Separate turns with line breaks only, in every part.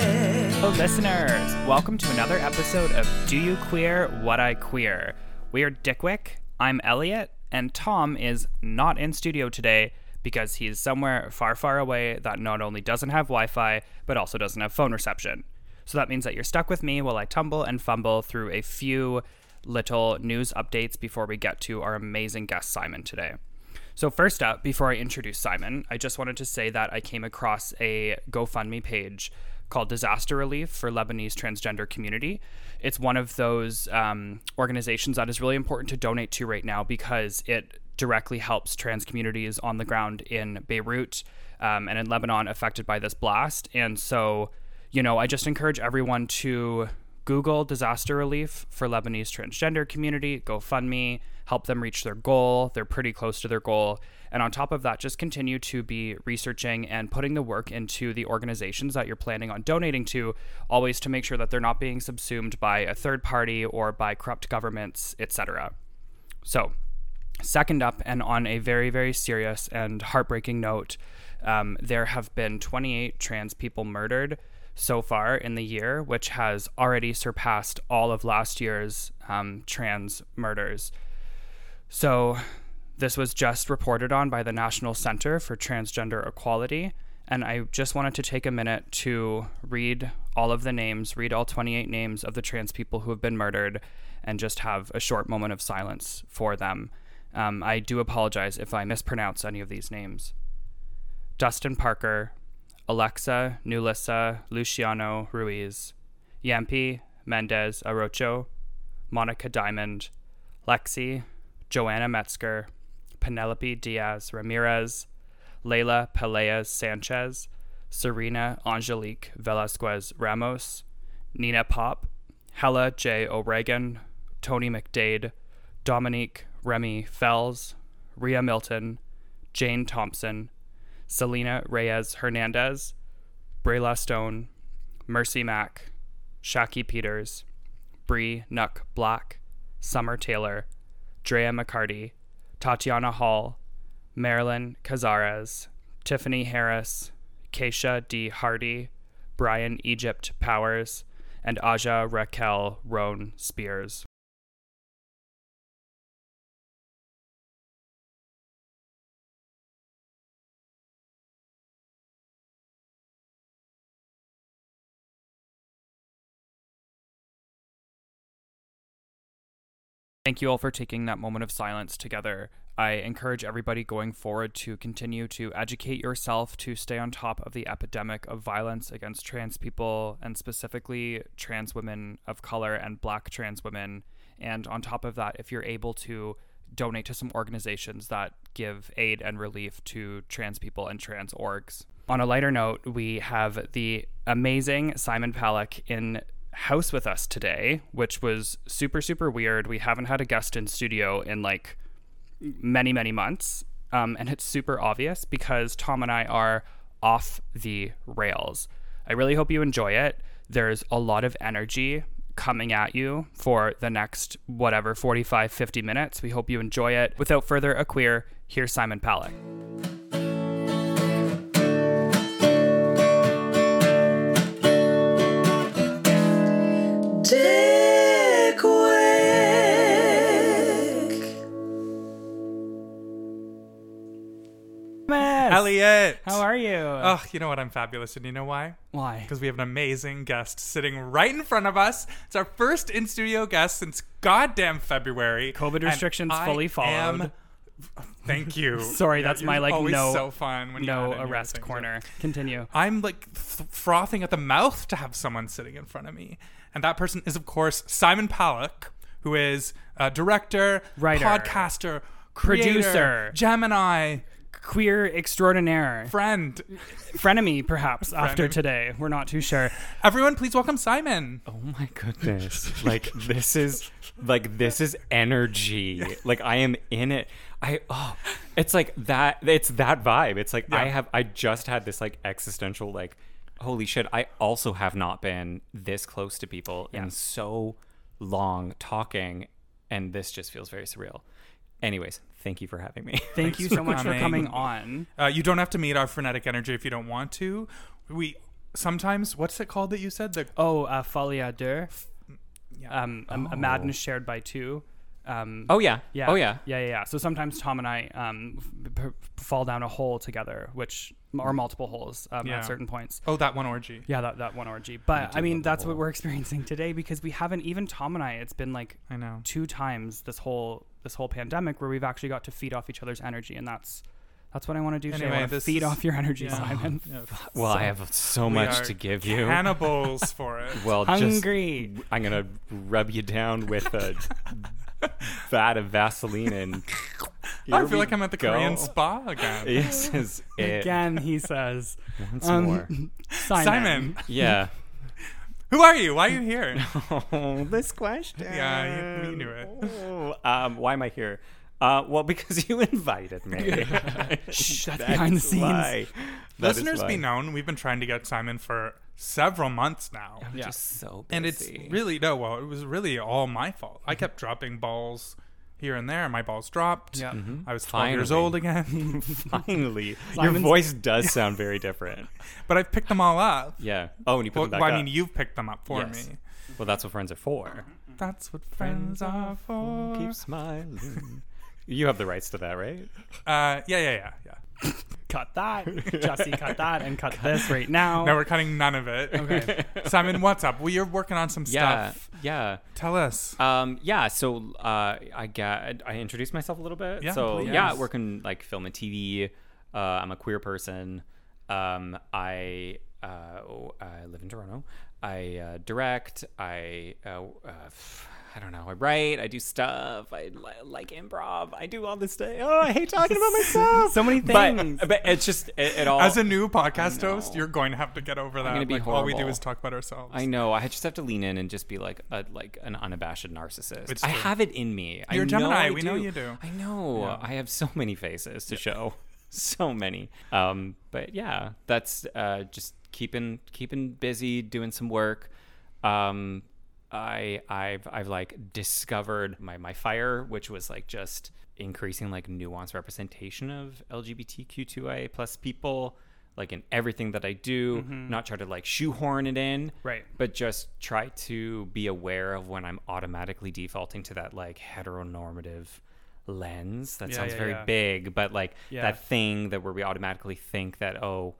Hello, listeners. Welcome to another episode of Do You Queer What I Queer. We are Dickwick. I'm Elliot, and Tom is not in studio today because he's somewhere far, far away that not only doesn't have Wi Fi, but also doesn't have phone reception. So that means that you're stuck with me while I tumble and fumble through a few little news updates before we get to our amazing guest, Simon, today. So, first up, before I introduce Simon, I just wanted to say that I came across a GoFundMe page called Disaster Relief for Lebanese Transgender Community. It's one of those um, organizations that is really important to donate to right now because it directly helps trans communities on the ground in Beirut um, and in Lebanon affected by this blast. And so, you know, I just encourage everyone to Google disaster relief for Lebanese transgender community, GoFundMe, help them reach their goal. They're pretty close to their goal. And on top of that, just continue to be researching and putting the work into the organizations that you're planning on donating to, always to make sure that they're not being subsumed by a third party or by corrupt governments, etc. So, Second up, and on a very, very serious and heartbreaking note, um, there have been 28 trans people murdered so far in the year, which has already surpassed all of last year's um, trans murders. So, this was just reported on by the National Center for Transgender Equality. And I just wanted to take a minute to read all of the names, read all 28 names of the trans people who have been murdered, and just have a short moment of silence for them. Um, I do apologize if I mispronounce any of these names. Dustin Parker, Alexa Nulissa Luciano Ruiz, Yampi Mendez Arocho, Monica Diamond, Lexi Joanna Metzger, Penelope Diaz Ramirez, Leila Peleas Sanchez, Serena Angelique Velasquez Ramos, Nina Pop, Hella J. O'Regan, Tony McDade, Dominique Remy Fells, Rhea Milton, Jane Thompson, Selena Reyes Hernandez, Brayla Stone, Mercy Mack, Shaki Peters, Bree Nuck Black, Summer Taylor, Drea McCarty, Tatiana Hall, Marilyn Cazares, Tiffany Harris, Keisha D. Hardy, Brian Egypt Powers, and Aja Raquel Roan Spears. Thank you all for taking that moment of silence together. I encourage everybody going forward to continue to educate yourself to stay on top of the epidemic of violence against trans people and specifically trans women of color and black trans women. And on top of that, if you're able to donate to some organizations that give aid and relief to trans people and trans orgs. On a lighter note, we have the amazing Simon Palak in house with us today, which was super, super weird. We haven't had a guest in studio in like many, many months. Um, and it's super obvious because Tom and I are off the rails. I really hope you enjoy it. There's a lot of energy coming at you for the next, whatever, 45, 50 minutes. We hope you enjoy it. Without further a queer, here's Simon Palak.
Dick Wick.
Elliot.
How are you?
Oh, you know what? I'm fabulous, and you know why?
Why?
Because we have an amazing guest sitting right in front of us. It's our first in studio guest since goddamn February.
COVID
and
restrictions
I
fully
am-
followed.
Thank you.
Sorry, that's
you're
my, like,
always
no-
so fun when you add
No
in your
arrest
things. Uh,
corner. Continue.
I'm like th- frothing at the mouth to have someone sitting in front of me, and that person is of course Simon Pollack, who is a director,
Writer.
podcaster, creator,
Producer.
Gemini,
Queer extraordinaire.
friend.
frenemy, perhaps, after
Frenemy.
today. We're not too sure.
Everyone, please welcome Simon.
Oh my goodness. like this is like this is energy. Like I am in it. I oh it's like that it's that vibe. It's like I
Yeah.
have I just had this like existential like holy shit, I also have not been this close to people in so long talking and this just feels very surreal. Anyways, thank you for having me.
Thank you so much for coming
coming.
on.
Uh, you don't have to meet our frenetic energy if you don't want to. We sometimes what's it called that you said? The
Oh, uh, Folie à deux.
yeah.
Um, a, a madness shared by two. Um,
Oh yeah.
yeah.
Oh yeah.
Yeah, yeah, yeah. So sometimes Tom and I um, f- p- fall down a hole together, which or
Mm.
multiple holes um,
Yeah.
at certain points.
oh, that one orgy.
Yeah, that, that one orgy. But I mean, that's what we're experiencing today because we haven't even Tom and I. It's been like
I know.
two times this whole this whole pandemic where we've actually got to feed off each other's energy, and that's that's what I want to do. today.
Anyway,
I want to
this
feed
is-
off your energy,
Yeah.
Simon.
Yeah.
Well, I have so
We
much
are
to give you.
Cannibals for it.
well, just
Hungry.
I'm gonna rub you down with a vat of Vaseline and.
I
here
feel
we
like I'm at the
go.
Korean spa again.
This is it.
Again, he says,
Once
um,
more.
Simon.
Simon,
Yeah.
who are you? Why are you here?
Oh, this question.
Yeah, you- you knew it.
Oh, um, why am I here? Uh, well, because you invited me.
Shh, that's behind the scenes.
why. That is
Listeners be
why.
known, we've been trying to get Simon for several months now.
Yeah.
Just so busy.
And it's really, no, well, it was really all my fault.
Mm-hmm.
I kept dropping balls here and there. My balls dropped.
Yeah. Mhm.
I was 12 years
Finally.
old again.
finally your
Simon's-
voice does sound very different.
but I've picked them all up.
Yeah. Oh, and you put
Well,
them back
well, I
up.
mean, you've picked them up for
Yes.
me.
well, that's what friends are for.
That's what Mm. friends are for.
Keep smiling. You have the rights to that, right?
Uh, yeah, yeah, yeah, yeah.
Cut that. Jesse, cut that and cut this right now.
No, we're cutting none of it. Okay. Simon, what's up? Well, you're working on some stuff.
Yeah.
Tell us.
Um, yeah, so uh, I got I introduced myself a little bit.
Yeah,
so
please.
yeah, I work in like film and TV. Uh, I'm a queer person. Um, I uh, oh, I live in Toronto. I uh, direct. I uh, uh, f- I don't know. I write. I do stuff. I li- like improv. I do all this stuff. Oh, I hate talking about myself.
So many things.
But, but it's just it, it all.
As a new podcast
I know.
host, you're going to have to get over that.
gonna be
like, all we do
horrible.
is talk about ourselves.
I know. I just have to lean in and just be like a like an unabashed narcissist.
It's
I
true.
have it in me.
You're a
I
Gemini.
Know I
We
do.
know you do.
I know. I have so many faces to show. So many. Um, but yeah, that's uh, just keeping keeping busy, doing some work. Um, I I've I've like discovered my my fire, which was like just increasing like nuanced representation of LGBTQ2I plus people, like in everything that I do. Not try to like shoehorn it in,
Right.
But just try to be aware of when I'm automatically defaulting to that like heteronormative lens. That
Yeah,
sounds
yeah,
very
yeah.
big, but like
Yeah.
that thing that where we automatically think that oh,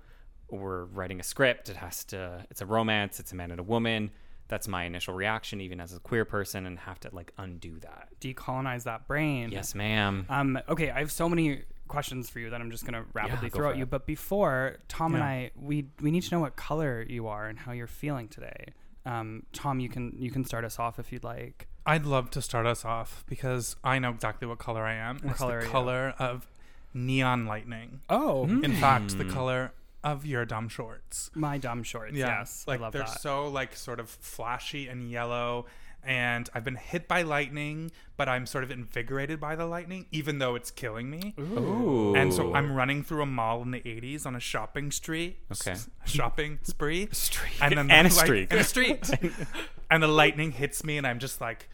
we're writing a script. It has to. It's a romance. It's a man and a woman. That's my initial reaction, even as a queer person, and have to like undo that.
Decolonize that brain.
Yes, ma'am.
Um, okay, I have so many questions for you that I'm just gonna rapidly
go
throw
for
at you.
it.
But before Tom and
Yeah.
I, we we need to know what color you are and how you're feeling today. Um, Tom, you can you can start us off if you'd like.
I'd love to start us off because I know exactly what color I am. it's
color are
the
you?
color of neon lightning.
Oh,
In fact,
Hmm.
the color of your dumb shorts.
my dumb shorts.
Yeah,
Yes,
like
I love
they're
that.
so like sort of flashy and yellow. And I've been hit by lightning, but I'm sort of invigorated by the lightning, even though it's killing me.
Ooh.
And so I'm running through a mall in the 80s on a shopping street.
Okay.
s- shopping spree.
Street.
And then
And a
the light-
street.
And a street. and the lightning hits me, and I'm just like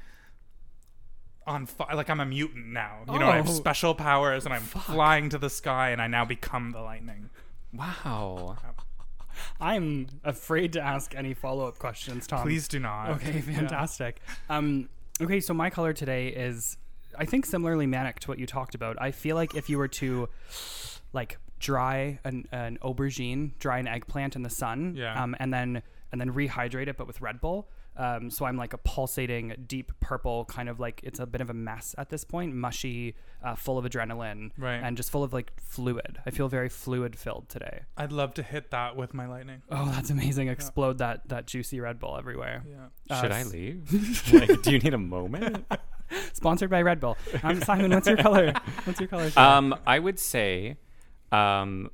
on fire. Like I'm a mutant now. You know, I have
Oh.
special powers, and I'm flying to the sky, and I now become the lightning.
wow.
I'm afraid to ask any follow up questions, Tom.
Please do not.
Okay, fantastic. Um, okay, so my color today is, I think, similarly manic to what you talked about. I feel like if you were to, like, dry an, an aubergine, dry an eggplant in the sun,
Yeah.
um, and then and then rehydrate it, but with Red Bull. Um, so I'm like a pulsating, deep purple, kind of like it's a bit of a mess at this point, mushy, uh, full of adrenaline,
Right.
and just full of like fluid. I feel very fluid filled today.
I'd love to hit that with my lightning.
Oh, that's amazing! Explode that that juicy Red Bull everywhere.
Yeah.
Uh,
Should I leave? like, do you need a moment?
Sponsored by Red Bull. Um, Simon, what's your color? What's your color?
Um, I would say, um,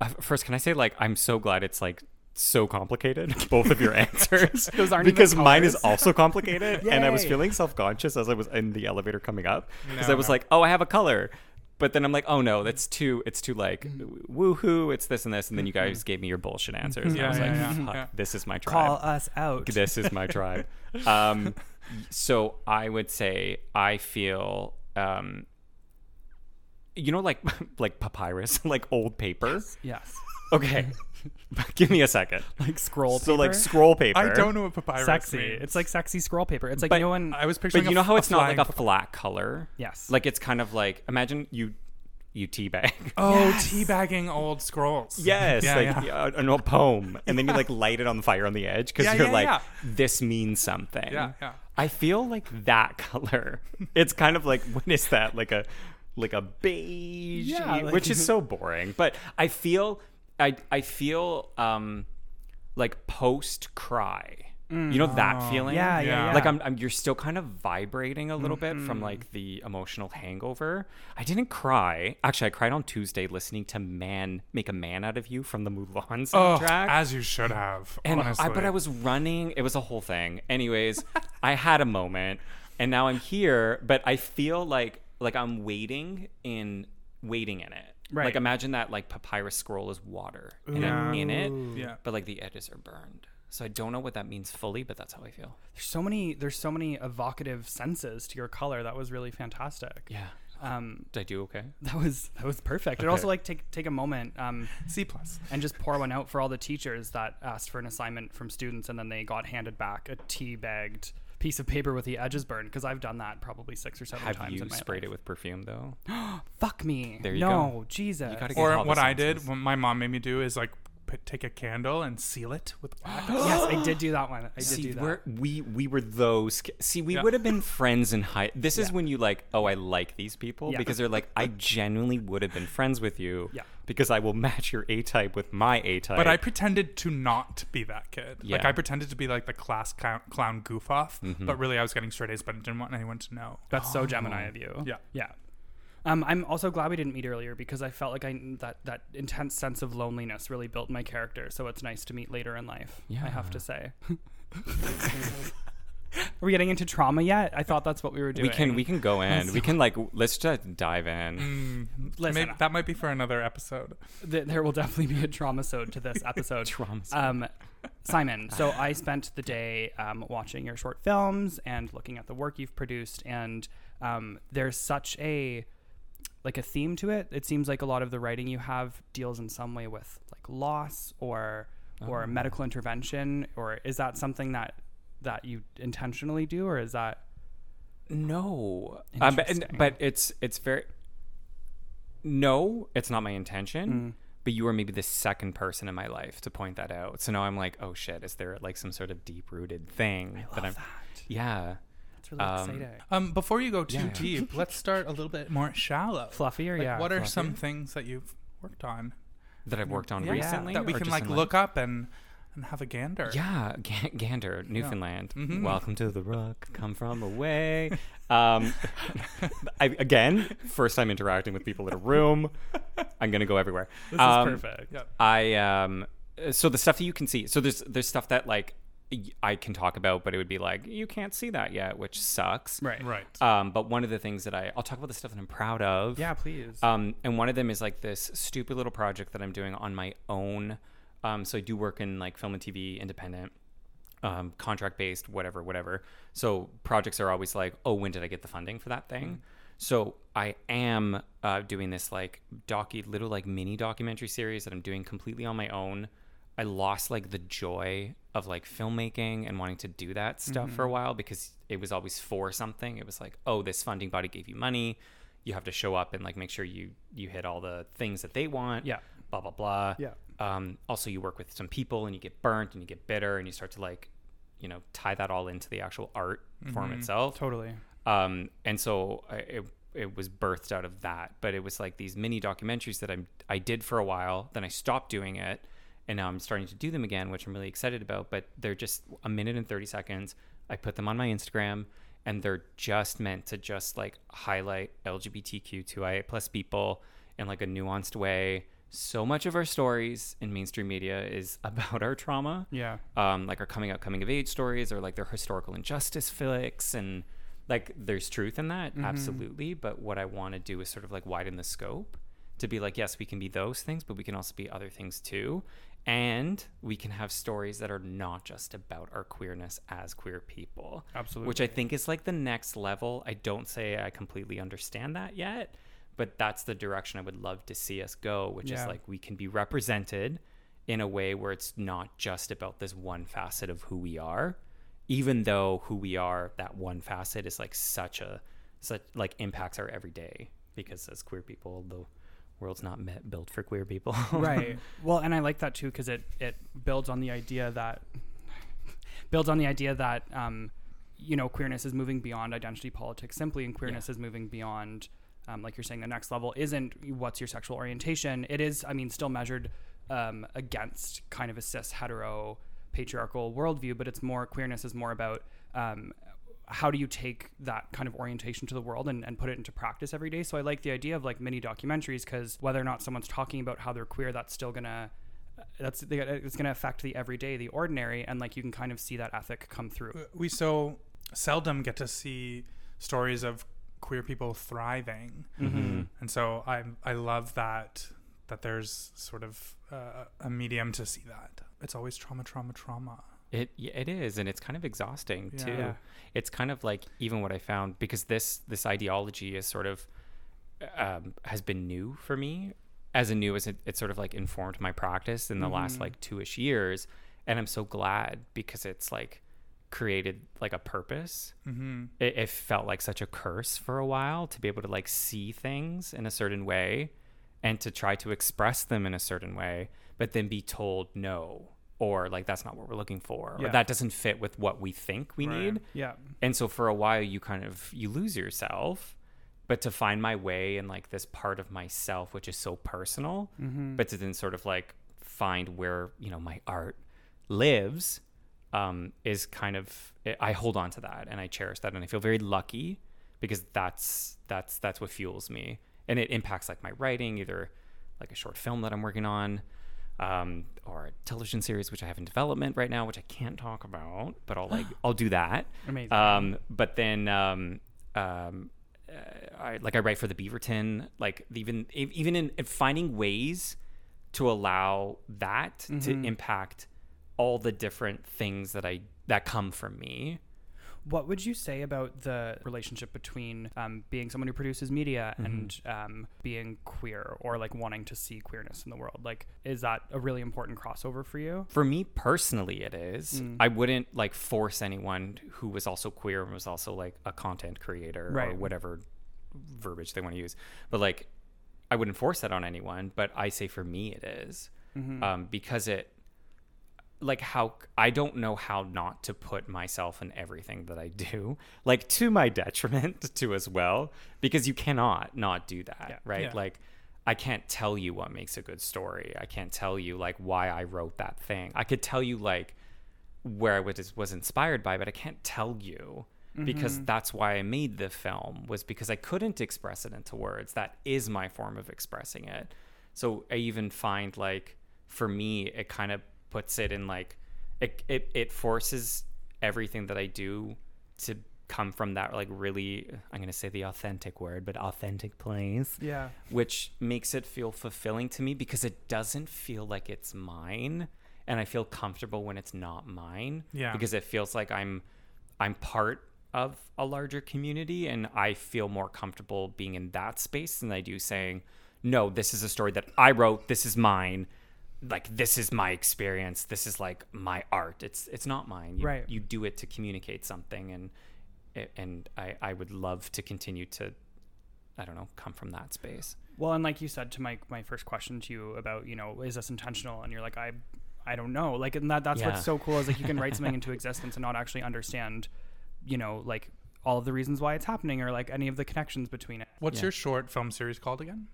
uh, first, can I say like I'm so glad it's like so complicated. Both of your answers,
Those aren't even
because mine is
colours.
also complicated, and I was
Yay.
feeling self conscious as I was in the elevator coming up because
No,
I was
no.
like, oh, I have a color. But then I'm like, oh no, that's too. It's too like, woohoo! It's this and this, and then you guys gave me your bullshit answers. and
Mm. Mm-hmm.
I
Yeah,
was
yeah,
like,
yeah,
fuck,
yeah.
this is my tribe
Call us out.
this is my tribe. Um, so I would say I feel um, you know, like like papyrus, like old paper.
Yes.
Okay, give me a second.
Like scroll
So like
paper?
scroll paper.
I don't know what papyrus
sexy.
means.
It's like sexy scroll paper. It's like
But
no one.
I was picturing.
But
a
you know
f-
how it's not like
flying
a
pap-
flat color.
Yes.
Like it's kind of like imagine you you teabag.
oh teabagging old scrolls.
Yes,
Yeah,
like
yeah.
uh, an old poem, and then you like light it on the fire on the edge because
Yeah,
you're
yeah,
like,
yeah.
this means something.
Yeah, yeah.
I feel like that color. It's kind of like what is that? Like a like a beige,
Yeah, like-
which is so boring. But I feel I I feel um like post cry. you know that feeling?
yeah, yeah,
Oh, Yeah. Mm-hmm.
yeah.
Like I'm, I'm, you're still kind of vibrating a little bit from like the emotional hangover. I didn't cry. Actually, I cried on Tuesday listening to "Man Make a Man Out of You" from the Mulan
Oh,
soundtrack.
as you should have.
and
honestly.
I, but I was running. It was a whole thing. Anyways, I had a moment, and now I'm here. But I feel like like I'm waiting in waiting in it.
Right.
Like imagine that like papyrus scroll is water, and I'm in it.
Yeah.
But like the edges are burned. So I don't know what that means fully, but that's how I feel.
There's so many. There's so many evocative senses to your color. That was really fantastic.
Yeah.
Um,
Did I do okay?
that was that was perfect. I'd also like take take a moment. Um,
C plus.
and just pour one out for all the teachers that asked for an assignment from students and then they got handed back a tea bagged piece of paper with the edges burned because I've done that probably six or seven
Have
times.
you
in my
sprayed
life.
it with perfume though?
Fuck me.
There you
no,
go.
Jesus.
gotta get-
Or
all the
what I
senses.
did, what my mom made me do is like put, take a candle and seal it with wax.
yes, I did do that one. I did
See,
do that.
we're, we we were those. ki- See, we
Yeah.
would have been friends in high. This is when you like, oh, I like these people
Yeah.
because they're like, I genuinely would have been friends with you.
Yeah.
Because I will match your A type with my A type.
But I pretended to not be that kid. Like
Yeah.
I pretended to be like the class clown, clown goof off, but really I was getting straight A's, but I didn't want anyone to know.
That's so
Oh.
Gemini of you.
Yeah.
Yeah. Um, I'm also glad we didn't meet earlier because I felt like I that that intense sense of loneliness really built my character. So it's nice to meet later in life. I have
Yeah.
to say. Are we getting into trauma yet? I thought that's what we were doing.
we can we can go in. we can like w- let's just dive
Mm.
in.
Listen,
Maybe, that might be for another episode.
th- there will definitely be a trauma sode to this episode.
Trauma sode.
Um, Simon, so I spent the day um, watching your short films and looking at the work you've produced, and um, there's such a like a theme to it. It seems like a lot of the writing you have deals in some way with like loss or
Uh-huh.
or medical intervention, or is that something that that you intentionally do, or is that
No. Um, but, and-
Interesting.
but it's it's very. No, it's not my intention. But you were maybe the second person in my life to point that out. So now I'm like, oh shit, is there like some sort of deep rooted thing that I'm? Yeah.
It's really
Um,
exciting.
Um, before you go too
Yeah.
deep, let's start a little bit more shallow.
Fluffier,
Like,
yeah.
What are some things that you've worked on
that I've worked on
Yeah.
recently
that we
or
can
just
like
in,
look up and and have a gander?
Yeah, Ga- Gander, Newfoundland. Welcome to the Rook. Come from away. Um, I, again, first time interacting with people in a room. I'm gonna go everywhere. Um, This
perfect.
Yep.
I um so the stuff that you can see. So there's there's stuff that like y- I can talk about, but it would be like you can't see that yet, which sucks.
Right.
Right.
Um, but one of the things that I I'll talk about the stuff that I'm proud of.
Yeah, please.
Um, and one of them is like this stupid little project that I'm doing on my own. Um, so I do work in like film and TV, independent, um, contract based, whatever, whatever. So projects are always like, oh, when did I get the funding for that thing? So I am uh, doing this like docu, little like mini documentary series that I'm doing completely on my own. I lost like the joy of like filmmaking and wanting to do that stuff for a while because it was always for something. It was like, oh, this funding body gave you money. You have to show up and like make sure you you hit all the things that they want.
Yeah.
Blah blah blah.
Yeah.
Um, also, you work with some people and you get burnt and you get bitter and you start to like, you know, tie that all into the actual art form itself
totally.
um, and so I, it it was birthed out of that. But it was like these mini documentaries that I'm I did for a while, then I stopped doing it, and now I'm starting to do them again, which I'm really excited about. But they're just a minute and thirty seconds. I put them on my Instagram, and they're just meant to just like highlight LGBTQ2IA plus people in like a nuanced way. So much of our stories in mainstream media is about our trauma
Yeah.
um, like our coming out, coming of age stories, or like their historical injustice flicks, and like there's truth in that,
Mm-hmm.
absolutely. But what I want to do is sort of like widen the scope to be like, yes, we can be those things, but we can also be other things too, and we can have stories that are not just about our queerness as queer people,
Absolutely.
which I think is like the next level. I don't say I completely understand that yet. but that's the direction I would love to see us go, which
Yeah.
is like we can be represented in a way where it's not just about this one facet of who we are, even though who we are, that one facet is like such a such like impacts our everyday because as queer people, the world's not met, built for queer people.
right well and i like that too because it it builds on the idea that builds on the idea that um you know queerness is moving beyond identity politics simply and queerness is moving beyond um, like you're saying the next level isn't what's your sexual orientation it is i mean still measured um, against kind of a cis hetero patriarchal worldview but it's more queerness is more about um, how do you take that kind of orientation to the world and, and put it into practice every day so i like the idea of like mini documentaries because whether or not someone's talking about how they're queer that's still gonna that's the, it's gonna affect the everyday the ordinary and like you can kind of see that ethic come through
we so seldom get to see stories of queer people thriving, and so I I love that that there's sort of uh, a medium to see that. It's always trauma, trauma, trauma.
It yeah, it is, and it's kind of exhausting too.
Yeah.
It's kind of like even what I found because this this ideology is sort of um, has been new for me as a new as it, it sort of like informed my practice in the last like two ish years, and I'm so glad because it's like created like a purpose. Mm-hmm. It, it felt like such a curse for a while to be able to like see things in a certain way and to try to express them in a certain way, but then be told no or like that's not what we're looking for
Yeah.
or that doesn't fit with what we think we
Right.
need.
yeah
And so for a while you kind of you lose yourself, but to find my way in like this part of myself which is so personal, but to then sort of like find where, you know, my art lives um is kind of I hold on to that and I cherish that and I feel very lucky because that's that's that's what fuels me and it impacts like my writing either like a short film that I'm working on um, or a television series which I have in development right now, which I can't talk about, but I'll like I'll do that.
Amazing.
Um, but then um, um, uh, I like I write for the Beaverton, like even ev- even in, in finding ways to allow that
Mm-hmm.
to impact all the different things that I that come from me.
What would you say about the relationship between um, being someone who produces media and um, being queer or like wanting to see queerness in the world? Like, is that a really important crossover for you?
For me personally, it is.
Mm.
I wouldn't like force anyone who was also queer and was also like a content creator or
Right.
whatever verbiage they want to use. But like, I wouldn't force that on anyone. But I say for me, it is.
Mm-hmm.
um, because it, like, how I don't know how not to put myself in everything that I do, like to my detriment too as well, because you cannot not do that, right?
Yeah.
Like. I can't tell you what makes a good story. I can't tell you like why I wrote that thing. I could tell you like where I was was inspired by, but I can't tell you because that's why I made the film was because I couldn't express it into words. That is my form of expressing it. So I even find like for me, it kind of puts it in like it it, it forces everything that I do to come from that like really I'm gonna say the authentic word, but authentic place
Yeah,
which makes it feel fulfilling to me because it doesn't feel like it's mine and I feel comfortable when it's not mine
Yeah.
because it feels like I'm I'm part of a larger community and I feel more comfortable being in that space than I do saying no this is a story that I wrote this is mine like this is my experience this is like my art it's it's not mine you,
Right.
you do it to communicate something and and I I would love to continue to I don't know come from that space
Well, and like you said to my my first question to you about you know is this intentional? And you're like I I don't know. Like and that that's
Yeah.
what's so cool is like you can write something into existence and not actually understand, you know, like all of the reasons why it's happening or like any of the connections between it.
what's your short film series called again?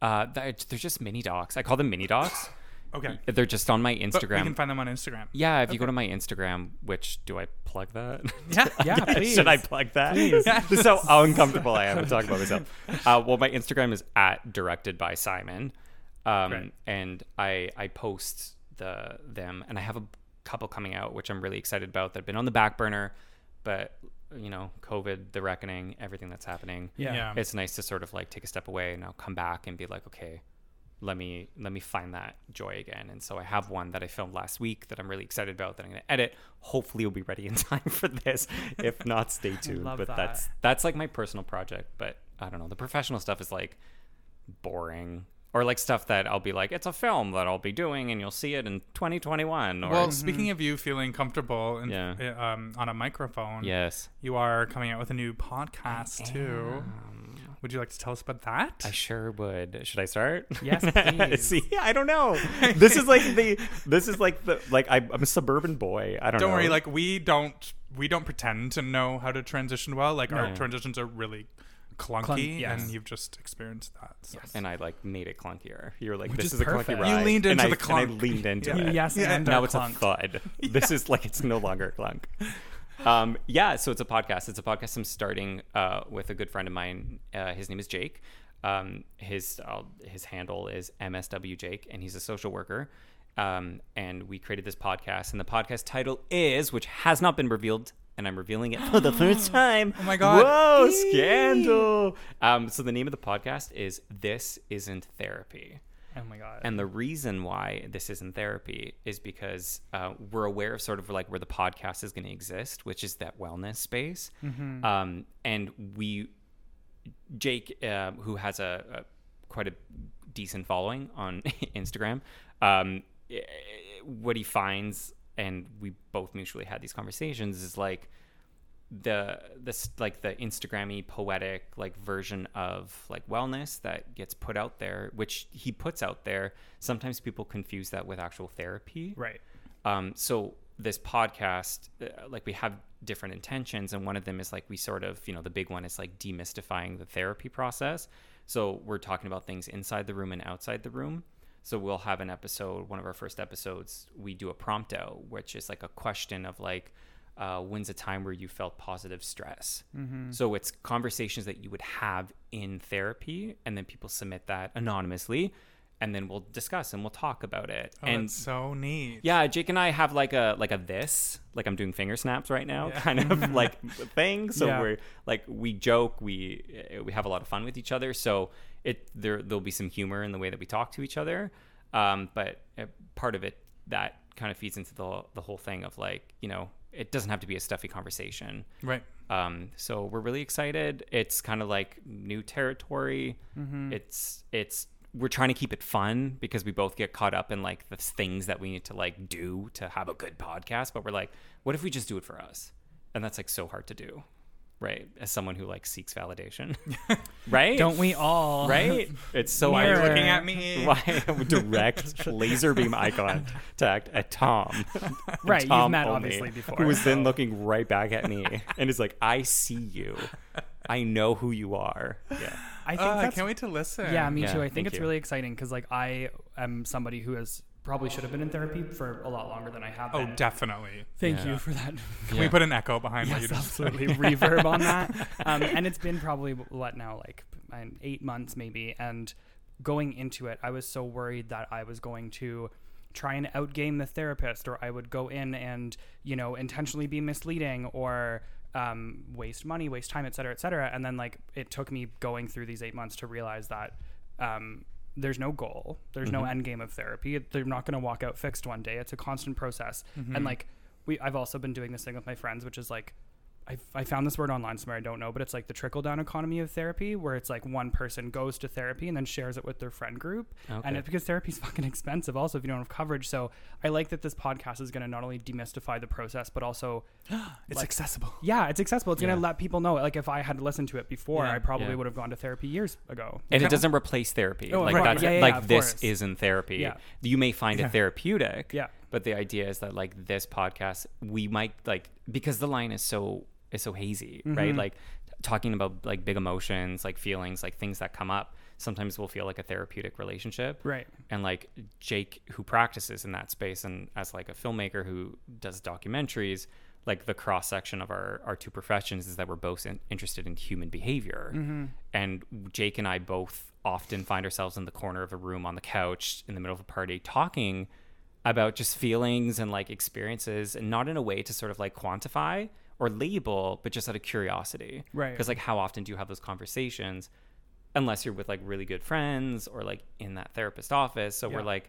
Uh, they're, they're just mini docs. I call them mini docs.
Okay,
they're just on my
but we can
Instagram.
find them on Instagram.
yeah, if you go to my Instagram, which do I plug that?
Yeah,
Yeah, please.
Should I plug that? This is how uncomfortable I am to talk about myself. Uh, well, my Instagram is at directed by Simon, um, and I I post the them, and I have a couple coming out, which I'm really excited about. That've been on the back burner, but you know, COVID, the reckoning, everything that's happening
Yeah.
Um,
it's nice to sort of like take a step away and now come back and be like okay let me let me find that joy again and so i have one that i filmed last week that i'm really excited about that i'm going to edit hopefully it'll be ready in time for this if not stay tuned
love
but
that.
that's that's like my personal project but i don't know the professional stuff is like boring or like stuff that I'll be like, it's a film that I'll be doing and you'll see it in 2021. Or
Well, speaking of you feeling comfortable in,
Mm-hmm. Yeah.
uh, um, on a microphone,
yes,
you are coming out with a new podcast too. Would you like to tell us about that?
I sure would. Should I start?
Yes, please.
see, I don't know. This is like the. This is like the like I, I'm a suburban boy. I don't.
don't
know.
worry, like we don't we don't pretend to know how to transition well. Like
No.
our transitions are really clunky,
Clunky, yes.
and you've just experienced that. So.
and I like made it clunkier. You were like,
Which
this
is
is, a clunky
perfect.
ride.
You leaned
and
into
I,
the
and I
clunk.
leaned into
Yeah.
it.
Yes,
Yeah,
and
now
our
it's a
clunk.
thud. This is like it's no longer a clunk. Um, yeah, so it's a podcast. It's a podcast I'm starting uh, with a good friend of mine. Uh, his name is Jake. Um, his uh, his handle is MSW Jake, and he's a social worker. Um, and we created this podcast, and the podcast title is, which has not been revealed, and I'm revealing it for the first time. Oh
my God.
Whoa, scandal! Um, so the name of the podcast is "This Isn't Therapy."
Oh my god.
And the reason why this isn't therapy is because uh, we're aware of sort of like where the podcast is going to exist, which is that wellness space. Um, and we, Jake, uh, who has a, a quite a decent following on Instagram, um, eh, what he finds, and we both mutually had these conversations, is like the this like the instagrammy poetic like version of like wellness that gets put out there which he puts out there sometimes people confuse that with actual therapy
right.
um, so this podcast, uh, like we have different intentions, and one of them is like we sort of, you know, the big one is like demystifying the therapy process. So we're talking about things inside the room and outside the room. So we'll have an episode, one of our first episodes, we do a prompt out, which is like a question of like, uh, when's a time where you felt positive stress?
Mm-hmm.
So it's conversations that you would have in therapy, and then people submit that anonymously, and then we'll discuss and we'll talk about it.
Oh,
and
that's so neat.
yeah, Jake and I have like a like a this, like I'm doing finger snaps right now, kind of like thing. So
Yeah.
we're like we joke, we eh, we have a lot of fun with each other. So it there there'll be some humor in the way that we talk to each other, um, but eh, part of it that kind of feeds into the the whole thing of like you know it doesn't have to be a stuffy conversation.
Right.
Um, so we're really excited. It's kind of like new territory.
Mm-hmm.
It's it's we're trying to keep it fun because we both get caught up in like the things that we need to like do to have a good podcast. But we're like, what if we just do it for us? And that's like so hard to do, right? As someone who like seeks validation, right?
Don't we all?
right? It's so
Why
Why are you
Mirror.
looking at me?
why direct laser beam eye contact at Tom?
Right, you've
Tom
met
only,
obviously before,
Who was
so-
then looking right back at me and is like, "I see you. I know who you are." Yeah.
I think
Uh, I
that's
can't wait to listen.
Yeah, me
Yeah,
too. I think
thank
it's
you.
really exciting because like I am somebody who has probably should have been in therapy for a lot longer than I have.
Oh,
been.
definitely.
Thank
Yeah.
you for that.
Can we put an echo behind what you
yes,
just
absolutely. Reverb on that. Um, and it's been probably what now, like um, eight months maybe. And going into it, I was so worried that I was going to try and outgame the therapist, or I would go in and you know intentionally be misleading, or um, waste money, waste time, et cetera, et cetera. And then like it took me going through these eight months to realize that. Um, there's no goal. There's no end game of therapy. They're not going to walk out fixed one day. It's a constant process. And like we, I've also been doing this thing with my friends, which is like I, I found this word online somewhere I don't know, but it's like the trickle down economy of therapy, where it's like one person goes to therapy and then shares it with their friend group,
Okay.
and it's because therapy's fucking expensive, also if you don't have coverage. So I like that this podcast is going to not only demystify the process, but also
It's
Like-
accessible.
yeah, it's accessible. It's going
Yeah.
to let people know. Like if I had listened to it before,
Yeah.
I probably
Yeah.
would have gone to therapy years ago.
And it doesn't replace therapy.
Oh,
like
right.
that's
Yeah, yeah,
like
yeah, of
this
course.
isn't therapy.
Yeah.
You may find
Yeah.
it therapeutic.
Yeah.
But the idea is that like this podcast, we might like because the line is so is so hazy,
Mm-hmm.
right? Like talking about like big emotions, like feelings, like things that come up. Sometimes will feel like a therapeutic relationship.
Right.
And like Jake, who practices in that space and as like a filmmaker who does documentaries, like the cross section of our, our two professions is that we're both in, interested in human behavior. And Jake and I both often find ourselves in the corner of a room on the couch in the middle of a party talking about just feelings and like experiences and not in a way to sort of like quantify or label, but just out of curiosity.
Right.
Because like how often do you have those conversations? unless you're with like really good friends or like in that therapist office. So
Yeah.
we're like,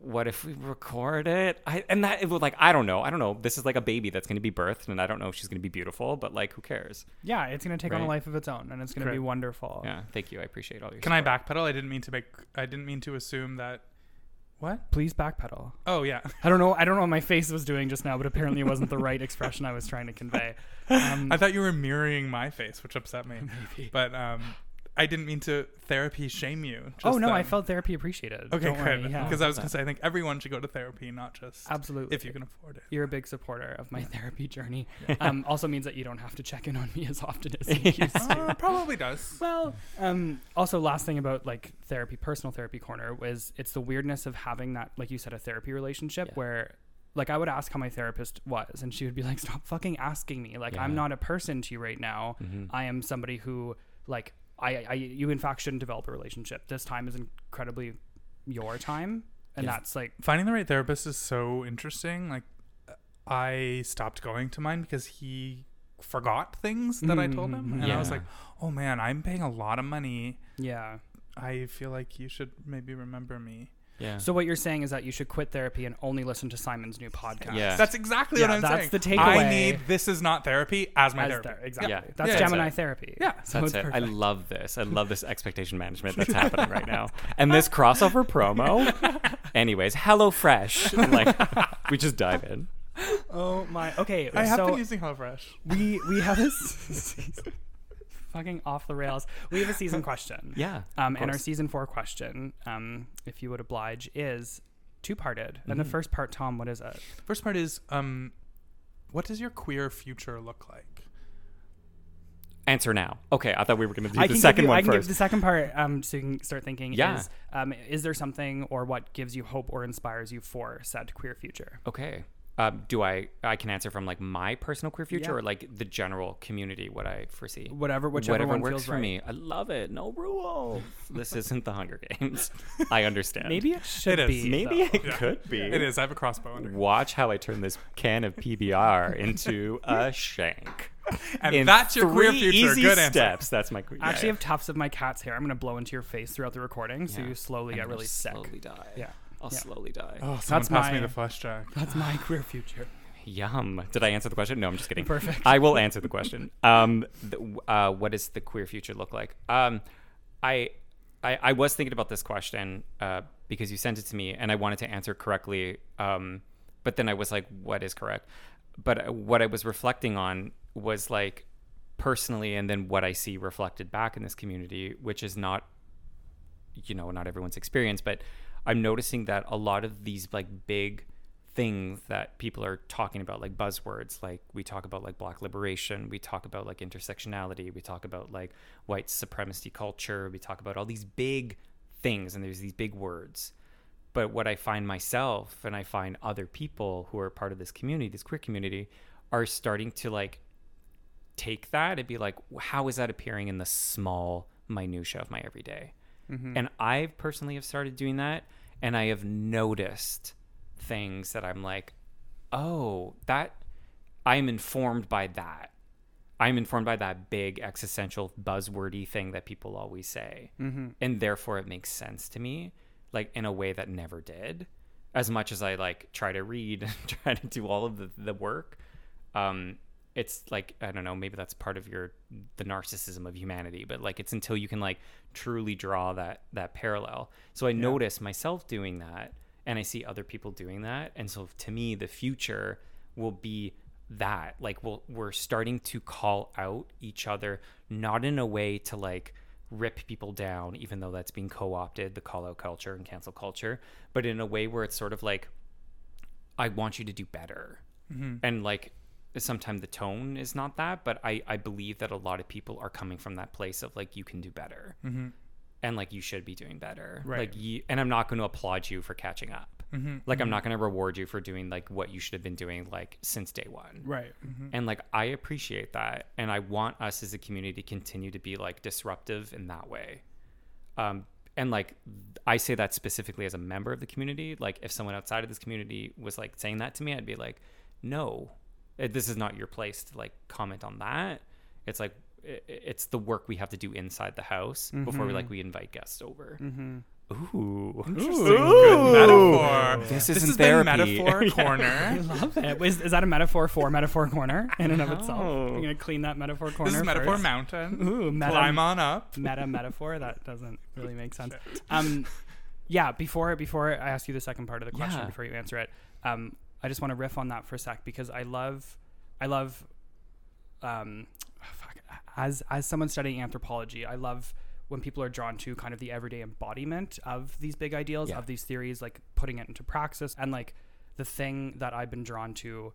what if we record it? I and that it would like I don't know. I don't know. This is like a baby that's going to be birthed, and I don't know if she's going to be beautiful, but like who cares?
Yeah, it's going to take on a
Right.
life of its own and it's going to be
Correct.
wonderful.
Yeah, thank you. I appreciate all your.
Can I backpedal? I didn't mean to make. I didn't mean to assume that. What?
Please backpedal.
Oh yeah.
I don't know. I don't know what my face was doing just now, but apparently it wasn't the right expression I was trying to convey. Um,
I thought you were mirroring my face, which upset me. But um, I didn't mean to therapy shame you.
oh
just
no, I
then.
felt therapy appreciated.
Okay,
Don't worry,
good.
yeah.
Because I was gonna say, I think everyone should go to therapy, not just
absolutely.
if you can afford it.
You're a big supporter of my therapy journey. Um, also means that you don't have to check in on me as often as you used to.
Uh, probably does.
Oh, Well, um, also last thing about like therapy, personal therapy corner was it's the weirdness of having that, like you said, a therapy relationship
Yeah.
where, like, I would ask how my therapist was, and she would be like, "Stop fucking asking me. Like, I'm
Yeah.
not a person to you right now.
Mm-hmm.
I am somebody who, like, I, I, you in fact shouldn't develop a relationship. This time is incredibly your time, and
Yeah.
that's like,
Finding the right therapist is so interesting. Like, I stopped going to mine because he forgot things that I told him,
Mm,
and I was
Yeah.
like, oh man, I'm paying a lot of money.
yeah.
I feel like you should maybe remember me.
Yeah.
So what you're saying is that you should quit therapy and only listen to Simon's new podcast.
Yeah.
That's exactly
Yeah,
what I'm
that's
saying.
the takeaway.
I need this is not therapy as my
As
therapy.
ther- exactly.
Yeah.
That's
Yeah,
Gemini
that's it.
therapy.
Yeah.
So
That's
it's
it. I
perfect.
love this. I love this expectation management that's happening right now. And this crossover promo. Anyways, HelloFresh. Like we just dive in.
Oh my. Okay.
I have
so
been using HelloFresh.
we we have a s- fucking off the rails. We have a season question.
Yeah.
Um,
of
and our
course.
season four question, um, if you would oblige, is two parted. And
Mm-hmm.
the first part, Tom, what is it?
First part is, um, what does your queer future look like?
answer now. Okay, I thought we were going to do
I
the
can
second
give you, I
one
can give
first.
the second part, um, so you can start thinking.
Yeah.
Is, um, is there something or what gives you hope or inspires you for said queer future?
Okay. Um, do I I can answer from like my personal queer future
Yeah.
or like the general community what I foresee?
Whatever, whichever
Whatever
one
works
feels
for
right.
me. I love it. No rules. this isn't the Hunger Games. I understand.
Maybe it should
It is.
be.
maybe
though.
it could be.
It is. I have a crossbow under,
Watch how I turn this can of PBR into a shank.
and
In
that's your queer
three
future.
Easy
Good answer.
steps. That's my queer.
I actually
yeah,
have tufts of my cat's hair. I'm gonna blow into your face throughout the recording, so
yeah.
you slowly
And
get
I'll
really sick.
Slowly die.
Yeah.
I'll
Yeah.
slowly die.
Oh, someone
That's
passed me
my-
the flush jack.
That's my queer future.
Yum. Did I answer the question? No, I'm just kidding.
Perfect.
I will answer the question. Um, the, uh, what does the queer future look like? Um, I, I, I was thinking about this question uh, because you sent it to me, and I wanted to answer correctly. Um, but then I was like, what is correct? But uh, what I was reflecting on was like personally, and then what I see reflected back in this community, which is not you know not everyone's experience but i'm noticing that a lot of these like big things that people are talking about like buzzwords like we talk about like black liberation we talk about like intersectionality we talk about like white supremacy culture we talk about all these big things and there's these big words but what i find myself and i find other people who are part of this community this queer community are starting to like take that and be like, "W- how is that appearing in the small minutia of my everyday? And I personally have started doing that, and I have noticed things that I'm like, oh, that I'm informed by that. I'm informed by that big existential buzzwordy thing that people always say, and therefore it makes sense to me, like in a way that never did. As much as I like try to read and try to do all of the, the work, um it's like i don't know maybe that's part of your the narcissism of humanity but like it's until you can like truly draw that that parallel so i notice myself doing that and i see other people doing that and so to me the future will be that like we'll, we're starting to call out each other not in a way to like rip people down even though that's being co-opted the call out culture and cancel culture but in a way where it's sort of like I want you to do better. And like sometimes the tone is not that, but I, I believe that a lot of people are coming from that place of like, you can do better. And like, you should be doing better.
Right.
Like, you, and I'm not going to applaud you for catching up. Like, I'm not going to reward you for doing like what you should have been doing like since day one.
Right. Mm-hmm.
And like I appreciate that, and I want us as a community to continue to be like disruptive in that way. Um, and like I say that specifically as a member of the community. Like if someone outside of this community was like saying that to me, I'd be like, no, eh, this is not your place to like comment on that. It's
Mm-hmm.
like i- i- it's the work we have to do inside the house before we like we invite guests over. Ooh.
Interesting. Good metaphor.
This
this
isn't
has
therapy.
been metaphor corner.
Love it. Is, is that a metaphor for metaphor corner in and of itself?
No.
I'm gonna clean that metaphor corner.
This is metaphor
first.
mountain.
Ooh, meta,
Climb on up.
meta metaphor. That doesn't really make sense. Um, yeah. Before before I ask you the second part of the question,
Yeah.
before you answer it, um, I just want to riff on that for a sec because I love, I love, um, fuck, as as someone studying anthropology, I love when people are drawn to kind of the everyday embodiment of these big ideals
Yeah.
of these theories, like putting it into praxis and like the thing that I've been drawn to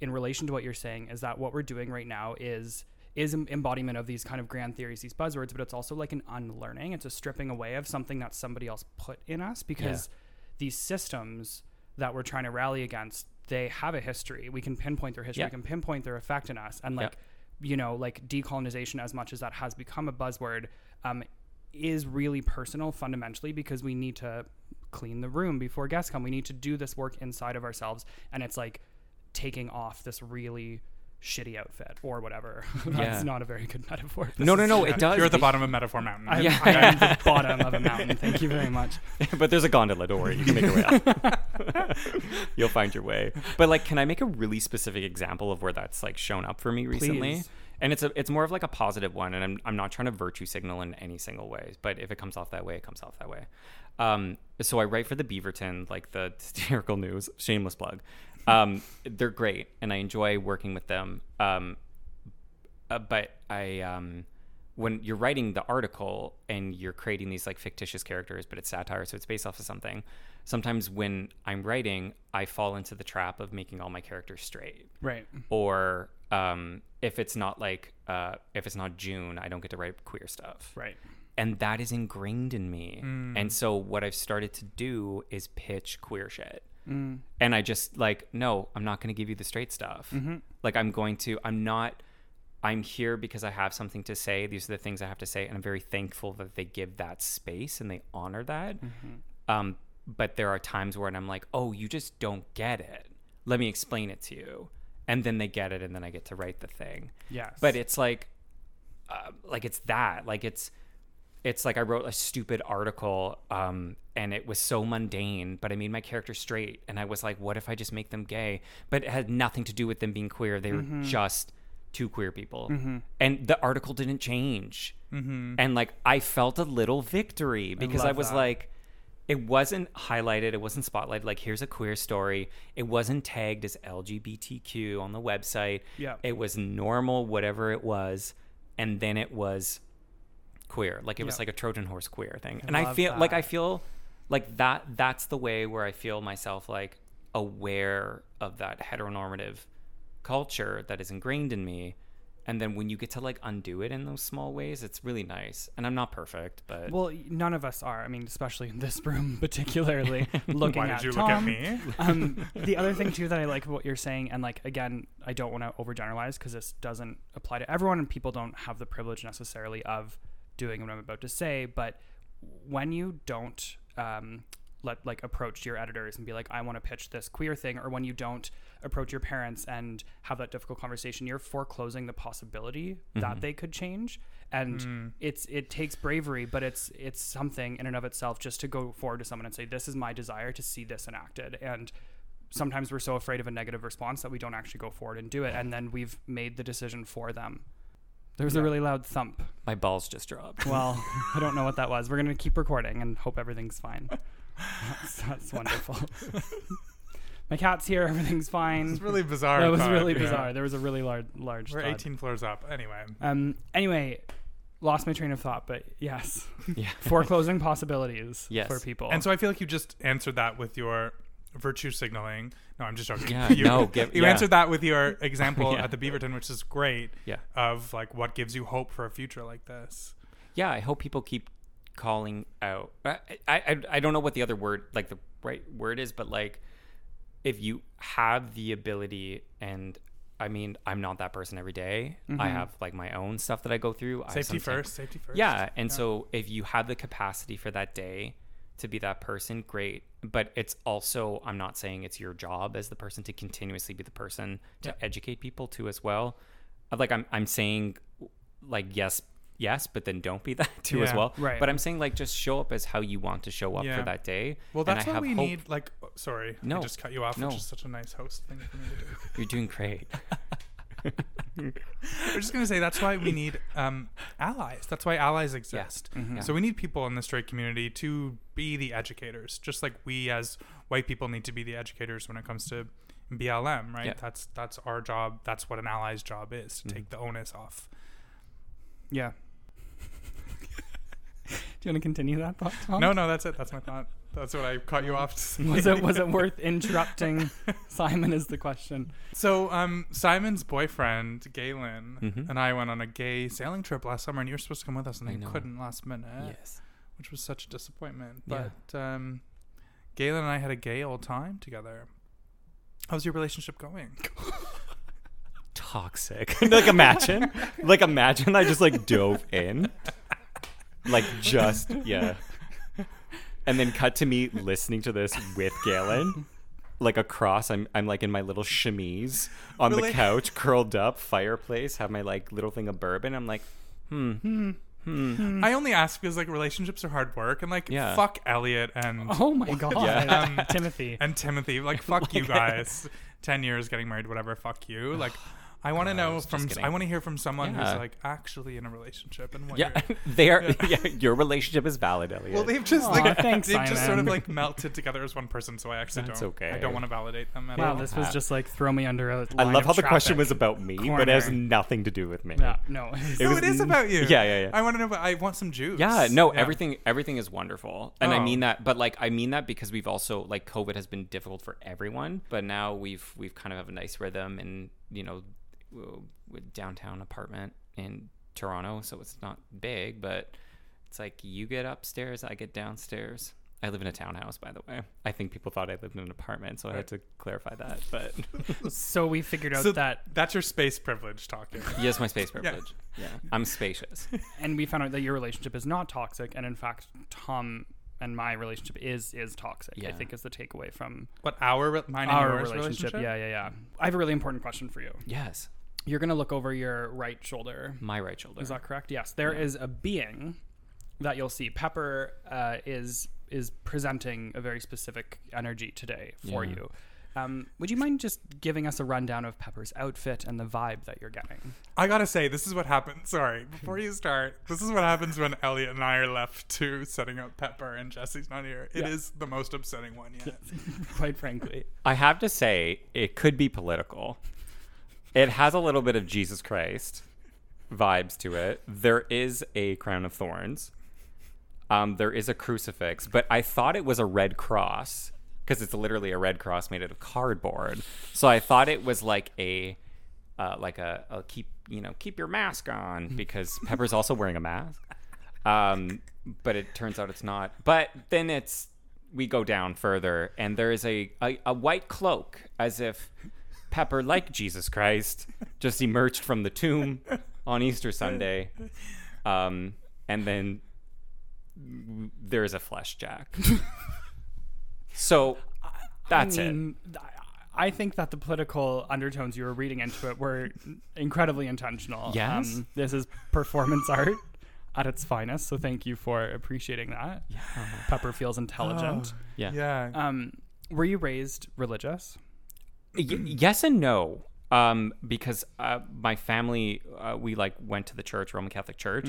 in relation to what you're saying is that what we're doing right now is is em- embodiment of these kind of grand theories, these buzzwords, but it's also like an unlearning. It's a stripping away of something that somebody else put in us because these systems that we're trying to rally against, they have a history. We can pinpoint their history.
Yeah.
We can pinpoint their effect in us. And
Yeah.
like, you know, like decolonization, as much as that has become a buzzword, um, is really personal fundamentally because we need to clean the room before guests come. We need to do this work inside of ourselves. And it's like taking off this really shitty outfit or whatever. That's
Yeah.
not a very good metaphor.
No, no, no. It does.
You're at the
be-
bottom of metaphor mountain.
I'm,
Yeah.
I am the bottom of a mountain. Thank you very much.
but there's a gondola. Don't worry, you can make your way up. You'll find your way. But like, can I make a really specific example of where that's like shown up for me recently?
Please.
And it's a, it's more of like a positive one, and I'm, I'm not trying to virtue signal in any single way. But if it comes off that way, it comes off that way. Um, so I write for the Beaverton, like the hysterical news, shameless plug. Um, they're great, and I enjoy working with them. Um, uh, but I um, when you're writing the article and you're creating these like fictitious characters, but it's satire, so it's based off of something. Sometimes when I'm writing, I fall into the trap of making all my characters straight,
Right.
or um, if it's not like uh, if it's not June, I don't get to write queer stuff
Right.
and that is ingrained in me. And so what I've started to do is pitch queer shit. And I just like, no, I'm not going to give you the straight stuff. Like I'm going to I'm not I'm here because I have something to say. These are the things I have to say and I'm very thankful that they give that space and they honor that. Um but there are times where I'm like, "Oh, you just don't get it. Let me explain it to you." And then they get it and then I get to write the thing
Yes.
but it's like uh, like it's that like it's it's like i wrote a stupid article um and it was so mundane but i made my character straight and i was like what if i just make them gay but it had nothing to do with them being queer they
Mm-hmm.
were just two queer people and the article didn't change and like i felt a little victory because
Mm-hmm.
i,
love
was
that.
like it wasn't highlighted it wasn't spotlighted like here's a queer story it wasn't tagged as lgbtq on the website
Yeah.
it was normal whatever it was and then it was queer like it was
Yeah.
like a trojan horse queer thing and i
love
feel like
that.
i feel like that that's the way where i feel myself like aware of that heteronormative culture that is ingrained in me and then when you get to like undo it in those small ways it's really nice and i'm not perfect but
well, y- none of us are. I mean, especially in this room, particularly looking
Why
at
did you
Tom.
look at me?
um, the other thing too that I like what you're saying, and like again, I don't want to overgeneralize because this doesn't apply to everyone, and people don't have the privilege necessarily of doing what I'm about to say. But when you don't um, let like approach your editors and be like, I want to pitch this queer thing, or when you don't approach your parents and have that difficult conversation, you're foreclosing the possibility that they could change, and it's it takes bravery, but it's it's something in and of itself just to go forward to someone and say, this is my desire to see this enacted, and sometimes we're so afraid of a negative response that we don't actually go forward and do it, and then we've made the decision for them. There was a really loud thump.
my balls just dropped
Well, I don't know what that was. We're going to keep recording and hope everything's fine. That's, that's wonderful. My cat's here. Everything's fine.
It's really bizarre.
That was
thought,
really
yeah.
bizarre. There was a really large, large.
We're
thud.
18 floors up. Anyway,
Um. Anyway, lost my train of thought, but yes,
yeah
foreclosing possibilities
Yes.
for people.
and so I feel like you just answered that with your virtue signaling. No, I'm just joking.
Yeah,
you,
no, give-
you
yeah.
answered that with your example
Yeah.
at the Beaverton, which is great.
Yeah.
Of like what gives you hope for a future like this.
yeah i hope people keep calling out I, I I- i don't know what the other word like the right word is but like if you have the ability and i mean i'm not that person every day. i have like my own stuff that i go through I
Safety
sometimes-
first. Safety first.
yeah and so if you have the capacity for that day to be that person great but it's also i'm not saying it's your job as the person to continuously be the Uh, person to educate people too as well like i'm i'm saying like yes yes, but then don't be that too as
Yeah,
well.
right.
But I'm saying like just show up as how you want to show up
Yeah.
for that day.
Well,
and
that's
I
what
have
we
hope-
need. Like, oh, sorry,
No.
I just cut you off,
No.
which is such a nice host thing for me to do.
You're doing great.
I'm just gonna say that's why we need um, allies. That's why allies exist.
Mhm.
So we need people in the straight community to be the educators, just like we as white people need to be the educators when it comes to BLM. Right?
Yeah.
That's that's our job. That's what an ally's job is to
Mm-hmm.
take the onus off.
Yeah. Do you want to continue that thought,
Oh.
Tom?
No, no, that's it. That's my thought. That's what I caught you off. To say.
Was it was it worth interrupting? Simon is the question.
So, um, Simon's boyfriend Galen
Mhm.
and I went on a gay sailing trip last summer, and you were supposed to come with us, and
I
they
know.
couldn't last minute.
yes.
which was such a disappointment.
Yeah.
But um, Galen and I had a gay old time together. How's your relationship going?
Toxic. like imagine. like imagine I just like dove in. Like just yeah. And then cut to me listening to this with Galen. Like across, I'm I'm like in my little chemise on
Really?
the couch, curled up, fireplace, have my like little thing of bourbon. I'm like, hmm,
I only ask because like relationships are hard work, and like
Mm. Yeah.
fuck Elliot and
Oh my god,
Yeah.
Um,
Timothy.
and Timothy. Like fuck you guys. Ten years getting married, whatever. Fuck you. Like. I want to
God, I
know
was just
from
kidding.
I want to hear from someone
Yeah.
who's like actually in a relationship and what
yeah,
you're-
they are. Yeah, your relationship is valid, Elliot.
Well, they've just
Aw,
like
thanks,
they've just sort
Simon.
of like melted together as one person. So I actually
That's
don't.
okay.
I don't want to validate them at
Wow,
all.
this was just like throw me under a.
uh, I
line
love
of
how the question
traffic.
was about me, but it has
Corner.
nothing to do with me.
Yeah, no.
It
no,
was
it is
n-
about you.
Yeah, yeah, yeah.
I want to know. About, I want some juice.
Yeah, no, everything everything is wonderful. And I
Oh.
mean that but like I mean that because we've also like COVID has been difficult for everyone, but now we've we've kind of have a nice rhythm and you know w- with downtown apartment in Toronto, so it's not big, but it's like you get upstairs, I get downstairs. I live in a townhouse, by the way. I think people thought I lived in an apartment, so I had to clarify that. But
So we figured out
So
that,
That's your space privilege talking.
yes, my space privilege. yeah. I'm spacious.
and we found out that your relationship is not toxic, and in fact, Tom and my relationship is is toxic. I
Yeah.
think is the takeaway from
What our re- mine and
our
yours relationship?
relationship. Yeah, yeah, yeah. I have a really important question for you.
Yes,
You're gonna look over your right shoulder.
my right shoulder.
Is that correct? Yes. There is a being that you'll see. Pepper uh, is is presenting a very specific energy today for
Yeah.
you. Um, would you mind just giving us a rundown of Pepper's outfit and the vibe that you're getting?
I gotta say, this is what happened. Sorry, before you start, this is what happens when Elliot and I are left to setting up Pepper and Jesse's not here. It is
Yeah.
the most upsetting one yet.
Quite frankly,
I have to say, it could be political. It has a little bit of Jesus Christ vibes to it. There is a crown of thorns. Um, there is a crucifix, but I thought it was a red cross because it's literally a red cross made out of cardboard. So I thought it was like a, uh, like a, a keep you know keep your mask on because Pepper's also wearing a mask. Um, but it turns out it's not. But then it's we go down further, and there is a, a, a white cloak as if Pepper, like Jesus Christ, just emerged from the tomb on Easter Sunday. Um, and then there is a flesh jack. so that's
I
it.
mean, I- I think that the political undertones you were reading into it were incredibly intentional. Um,
Yes?
this is performance art at its finest. So thank you for appreciating that. Yeah. Oh. Pepper feels intelligent.
Yeah.
Yeah.
Um, were you raised religious?
Y- yes and no um because uh, my family uh, we like went to the church roman catholic church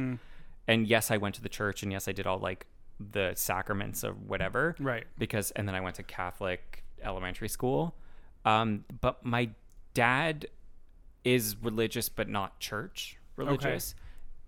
and yes i went to the church and yes i did all like the sacraments or whatever
Right.
because and then i went to catholic elementary school um but my dad is religious but not church religious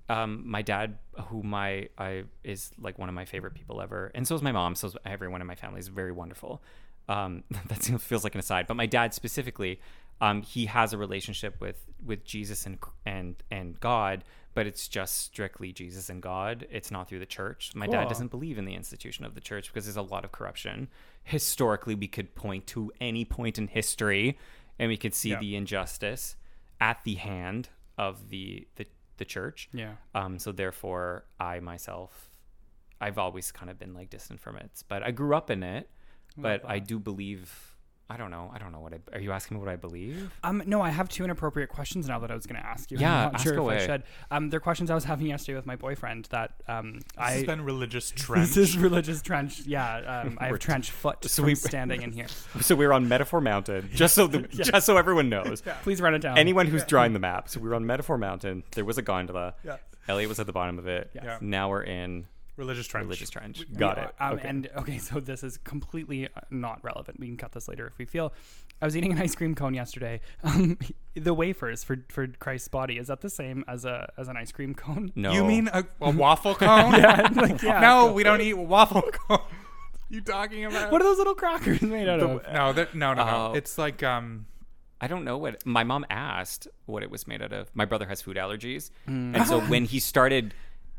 um my dad who my i is like one of my favorite people ever and so is my mom so is everyone in my family is very wonderful um that seems- feels like an aside but my dad specifically um he has a relationship with with jesus and and and god but it's just strictly jesus and god it's not through the church my dad
Cool.
doesn't believe in the institution of the church because there's a lot of corruption historically we could point to any point in history and we could see the injustice at the hand of the the, the church.
Yeah.
Um, so therefore, I myself, I've always kind of been like distant from it, but I grew up in it. But I do believe I don't know. I don't know what I. Are you asking me what I believe?
Um, no, I have two inappropriate questions now that I was going to ask you.
Yeah,
I'm not
ask
sure if I
away.
should. Um, they're questions I was having yesterday with my boyfriend that um, I.
has been religious
this
trend.
is religious trench. Yeah, um, I have trench foot
so
from
we-
standing in here.
So we're on Metaphor Mountain, just so the, just so everyone knows.
Please write it down.
Anyone who's drawing the map. So we were on Metaphor Mountain. There was a gondola.
Yeah.
Elliot was at the bottom of it.
Yeah.
Now we're in
religious trend.
Religious Trench. Got
Yeah,
it.
Um,
okay.
And okay, so this is completely uh, not relevant. We can cut this later if we feel. I was eating an ice cream cone yesterday. Um, the wafers for for Christ's body is that the same as a as an ice cream cone?
no.
You mean a, a waffle cone? yeah,
yeah.
No, we don't eat waffle cone. you talking about?
What are those little crackers made out of?
no, that- no, no, no.
Oh.
It's like um.
I don't know what my mom asked what it was made out of. My brother has food allergies,
Mm.
and so when he started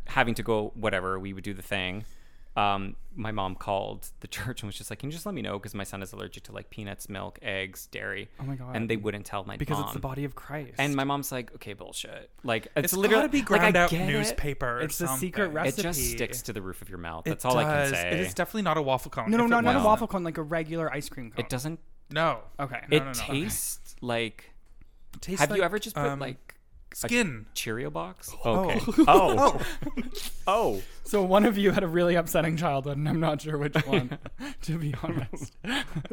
having to go, whatever we would do the thing. Um, my mom called the church and was just like, "Can you just let me know because my son is allergic to like peanuts, milk, eggs, dairy."
Oh my God.
And they wouldn't tell my
Because
mom.
it's the body of Christ.
And my mom's like, "Okay, bullshit." Like it's,
It's
literally
gotta be
like, I
ground out
get it.
newspaper. or
It's the secret
something.
It
recipe.
just sticks to the roof of your mouth.
It
That's all I can
does.
say.
It is definitely not a waffle cone.
No, no,
If
no,
it
not a
was-
waffle cone, like a regular ice cream cone.
It doesn't.
No.
Okay.
No,
it
no, no.
tastes like.
It tastes
Have you
like,
ever just put
um,
like
skin?
Cheerio box? Okay.
Oh,
oh.
So one of you had a really upsetting childhood, and I'm not sure which one, to be honest.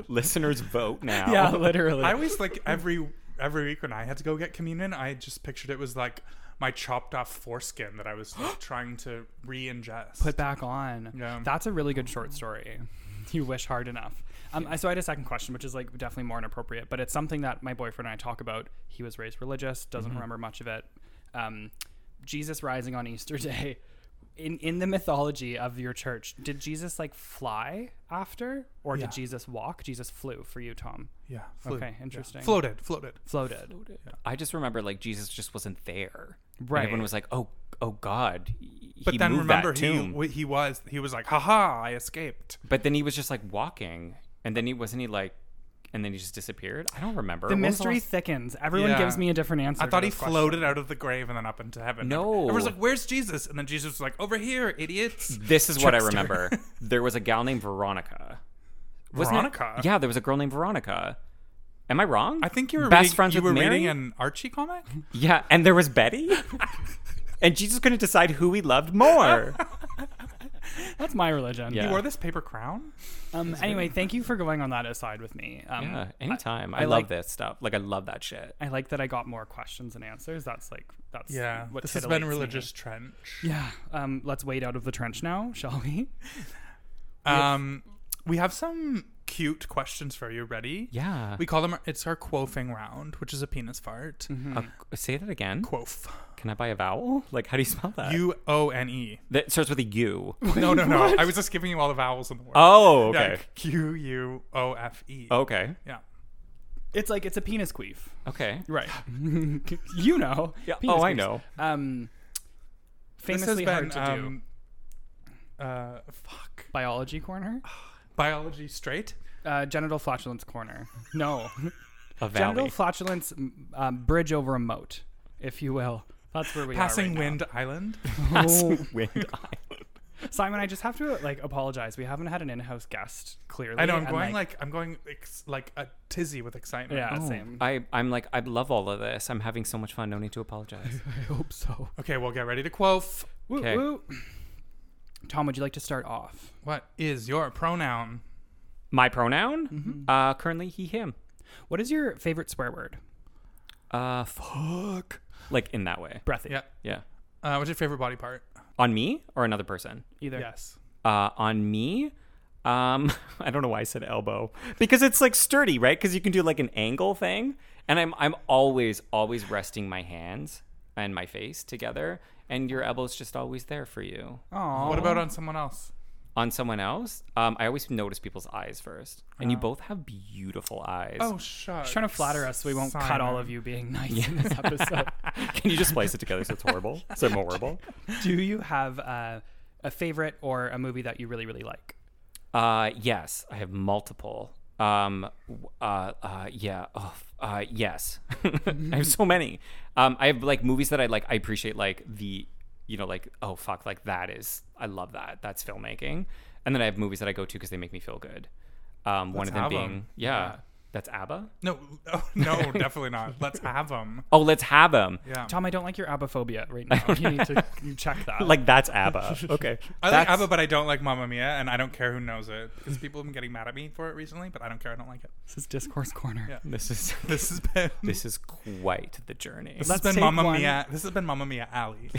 listeners vote now.
yeah, literally.
I always like every every week when I had to go get communion, I just pictured it was like my chopped off foreskin that I was like, trying to re-ingest.
put back on.
Yeah.
That's a really good short story. You wish hard enough. Um, I, so I had a second question, which is like definitely more inappropriate, but it's something that my boyfriend and I talk about. He was raised religious, doesn't remember much of it. Um, Jesus rising on Easter Day. In in the mythology of your church, did Jesus like fly after, or
Yeah.
did Jesus walk? Jesus flew for you, Tom.
yeah. flew.
Okay,
Yeah.
interesting.
Floated, floated.
Floated.
I just remember like Jesus just wasn't there. And
Right.
everyone was like, "Oh, oh God."
But then remember,
that
he
tomb.
w- he was he was like, haha, I escaped.
but then he was just like walking, and then he wasn't he like, and then he just disappeared. I don't remember.
The
When was
mystery
last-
thickens. Everyone
Yeah.
gives me a different answer.
I
to
thought he
this question.
floated out of the grave and then up into heaven.
No.
Everyone's like, where's Jesus? And then Jesus was like, over here, idiots.
this is what I
Trickster.
remember. there was a gal named Veronica. Wasn't it-
Veronica?
Yeah, there was a girl named Veronica. Am I wrong?
I think you were
best
reading,
friends
you
with
were
Mary.
reading an Archie comic.
yeah, and there was Betty. and Jesus couldn't decide who he loved more.
That's my religion.
Yeah.
You wore this paper crown.
Um, anyway, thank you for going on that aside with me. Um,
yeah, anytime. I,
I
love
like-
this stuff. Like I love that shit.
I like that I got more questions and answers. That's like that's What
this has
titillates
been
me.
religious trench.
Yeah. Um, let's wade out of the trench now, shall we?
Um, we have some cute questions for you. Ready?
Yeah.
We call them. It's our quoffing round, which is a penis fart.
Mm-hmm.
Uh, say that again.
Quoff.
Can I buy a vowel? Like, how do you spell that?
U O N E.
That starts with a U.
No, no, no. I was just giving you all the vowels in the word.
Oh,
Yeah,
okay.
Q U O F E.
Oh.
Okay.
Yeah.
It's like it's a penis queef,
Okay.
right? you know.
Yeah,
penis
oh, I
queefs.
know.
Um, famously hard to
um,
do.
do. Uh, fuck.
Biology corner,
Biology straight.
uh, genital flatulence corner. No,
A valley.
genital flatulence m- um, bridge over a moat, if you will. That's where we
Passing
are. right
wind island.
now.
Passing wind eye.
Simon, I just have to like apologize. We haven't had an in-house guest clearly.
I know. I'm
and,
going like, I'm going ex- like a tizzy with excitement. Oh.
yeah, same.
I, I'm like, I love all of this. I'm having so much fun. No need to apologize.
I hope so.
Okay, well, get ready to quoff.
Woo,
Okay.
woo. Tom, would you like to start off?
What is your pronoun?
My pronoun? Uh, currently, he, him.
What is your favorite swear word?
Uh, fuck. Like, in that way.
Breathy.
Yeah.
Yeah.
Uh, what's your favorite body part?
On me or another person?
Either.
Yes.
uh, on me. Um, I don't know why I said elbow because it's like sturdy, right? Because you can do like an angle thing, and I'm I'm always always resting my hands and my face together, and your elbow's just always there for you.
Aw.
What about on someone else?
On someone else, um, I always notice people's eyes first, and you both have beautiful eyes.
Oh, shut.
She's trying to flatter us so we won't cut all of you being nice in this episode.
can you just splice it together so it's horrible? So more horrible.
Do you have uh, a favorite or a movie that you really, really like?
Uh, yes, I have multiple. Um, w- uh, uh, yeah. Oh, f- uh, yes, I have so many. Um, I have like movies that I like. I appreciate like the, you know, like oh fuck, like that is I love that. That's filmmaking. And then I have movies that I go to because they make me feel good. Um, one
Let's
of them
have 'em.
being yeah. That's ABBA.
No, oh, no, definitely not. Let's have them.
Oh, let's have them.
Yeah.
Tom, I don't like your abophobia right now. You need to you check that.
Like that's ABBA. okay.
I like
That's-
ABBA, but I don't like Mamma Mia, and I don't care who knows it because people have been getting mad at me for it recently. But I don't care. I don't like it.
this is discourse corner.
Yeah.
This is
This has been
this is quite the journey.
this
Let's
has
take
been Mamma
one.
Mia. This has been Mamma Mia Alley.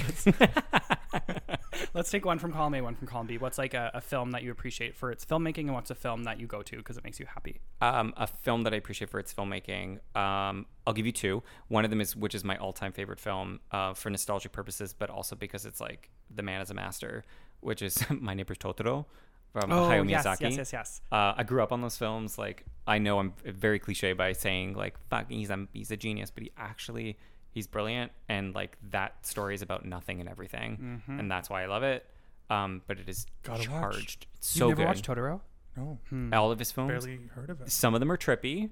Let's take one from column A, one from column B. What's like a, a film that you appreciate for its filmmaking, and what's a film that you go to because it makes you happy?
um, a film that I appreciate for its filmmaking. Um, I'll give you two. One of them is, which is my all-time favorite film uh, for nostalgic purposes, but also because it's like the man is a master, which is My Neighbor's Totoro from Oh, Hayao
Oh, yes,
Miyazaki.
yes, yes, yes.
Uh, I grew up on those films. Like I know I'm very cliche by saying like fuck, he's a, he's a genius, but he actually he's brilliant, and like that story is about nothing and everything,
Mm-hmm.
and that's why I love it. Um, but it is
Gotta watch.
charged. It's
You
so
never
good.
watched Totoro?
No,
All of his films
Oh, barely heard of it.
some of them are trippy.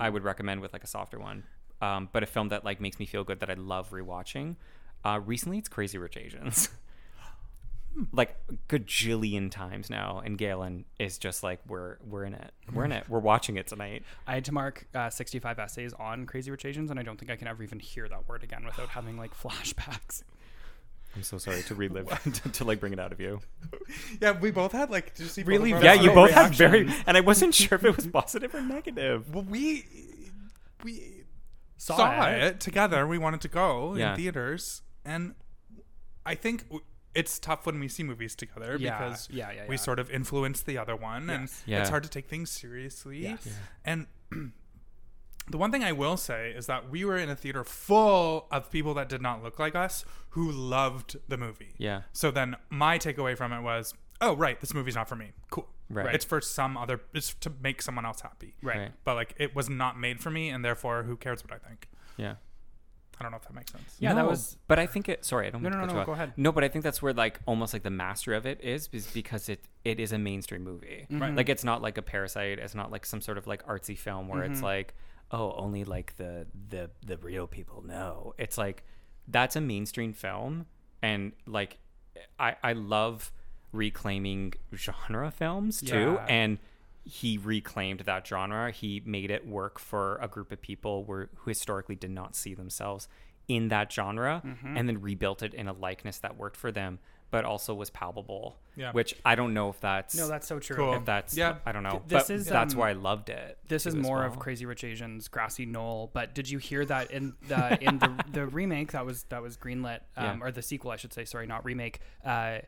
I would recommend with like a softer one, um, but a film that like makes me feel good that I love rewatching. Uh, recently, it's Crazy Rich Asians, like gajillion times now, and Galen is just like we're we're in it, we're in it, we're watching it tonight.
I had to mark uh, 65 essays on Crazy Rich Asians, and I don't think I can ever even hear that word again without having like flashbacks.
I'm so sorry to relive to, to like bring it out of you.
Yeah, we both had like did you see Oh, both
Really
of our
Yeah,
That's
you
our
both have very,
reactions.
and I wasn't sure if it was positive or negative.
Well, we we
Saw
saw, it. together. We wanted to go
Yeah.
in theaters, and I think w- it's tough when we see movies together
Yeah,
because
yeah, yeah,
we
yeah.
sort of influence the other one, and
Yes.
Yeah.
it's hard to take things seriously.
Yes. Yeah.
And the one thing I will say is that we were in a theater full of people that did not look like us who loved the movie.
Yeah.
So then my takeaway from it was, oh right, this movie's not for me. Cool.
Right.
It's for some other. It's to make someone else happy
Right.
Right.
but like it was not made for me and therefore who cares what i think
Yeah.
i don't know if that makes sense
Yeah, that
No,
was-
But I think it. Sorry, I don't.
No,
mean
no, no,
to cut
no,
you off.
go ahead.
No, but I think that's where like almost like the master of it is, is because it it is a mainstream movie.
Mm-hmm.
Right. Like it's not like a parasite. It's not like some sort of like artsy film where
Mm-hmm.
it's like, oh, only like the the the real people know. It's like that's a mainstream film, and like I I love reclaiming genre films too,
Yeah.
and he reclaimed that genre. He made it work for a group of people were, who historically did not see themselves in that genre
Mm-hmm.
and then rebuilt it in a likeness that worked for them, but also was palpable.
Yeah.
Which I don't know if that's,
No, that's so true.
Cool.
if that's,
Yeah.
I don't know.
Th- this
but
is,
that's
um,
why I loved it.
This is
too, as
more of
well.
Crazy Rich Asians, Grassy Knoll. But did you hear that in the in the, the remake that was that was greenlit um,
Yeah.
or the sequel, I should say? Sorry, not remake. Uh,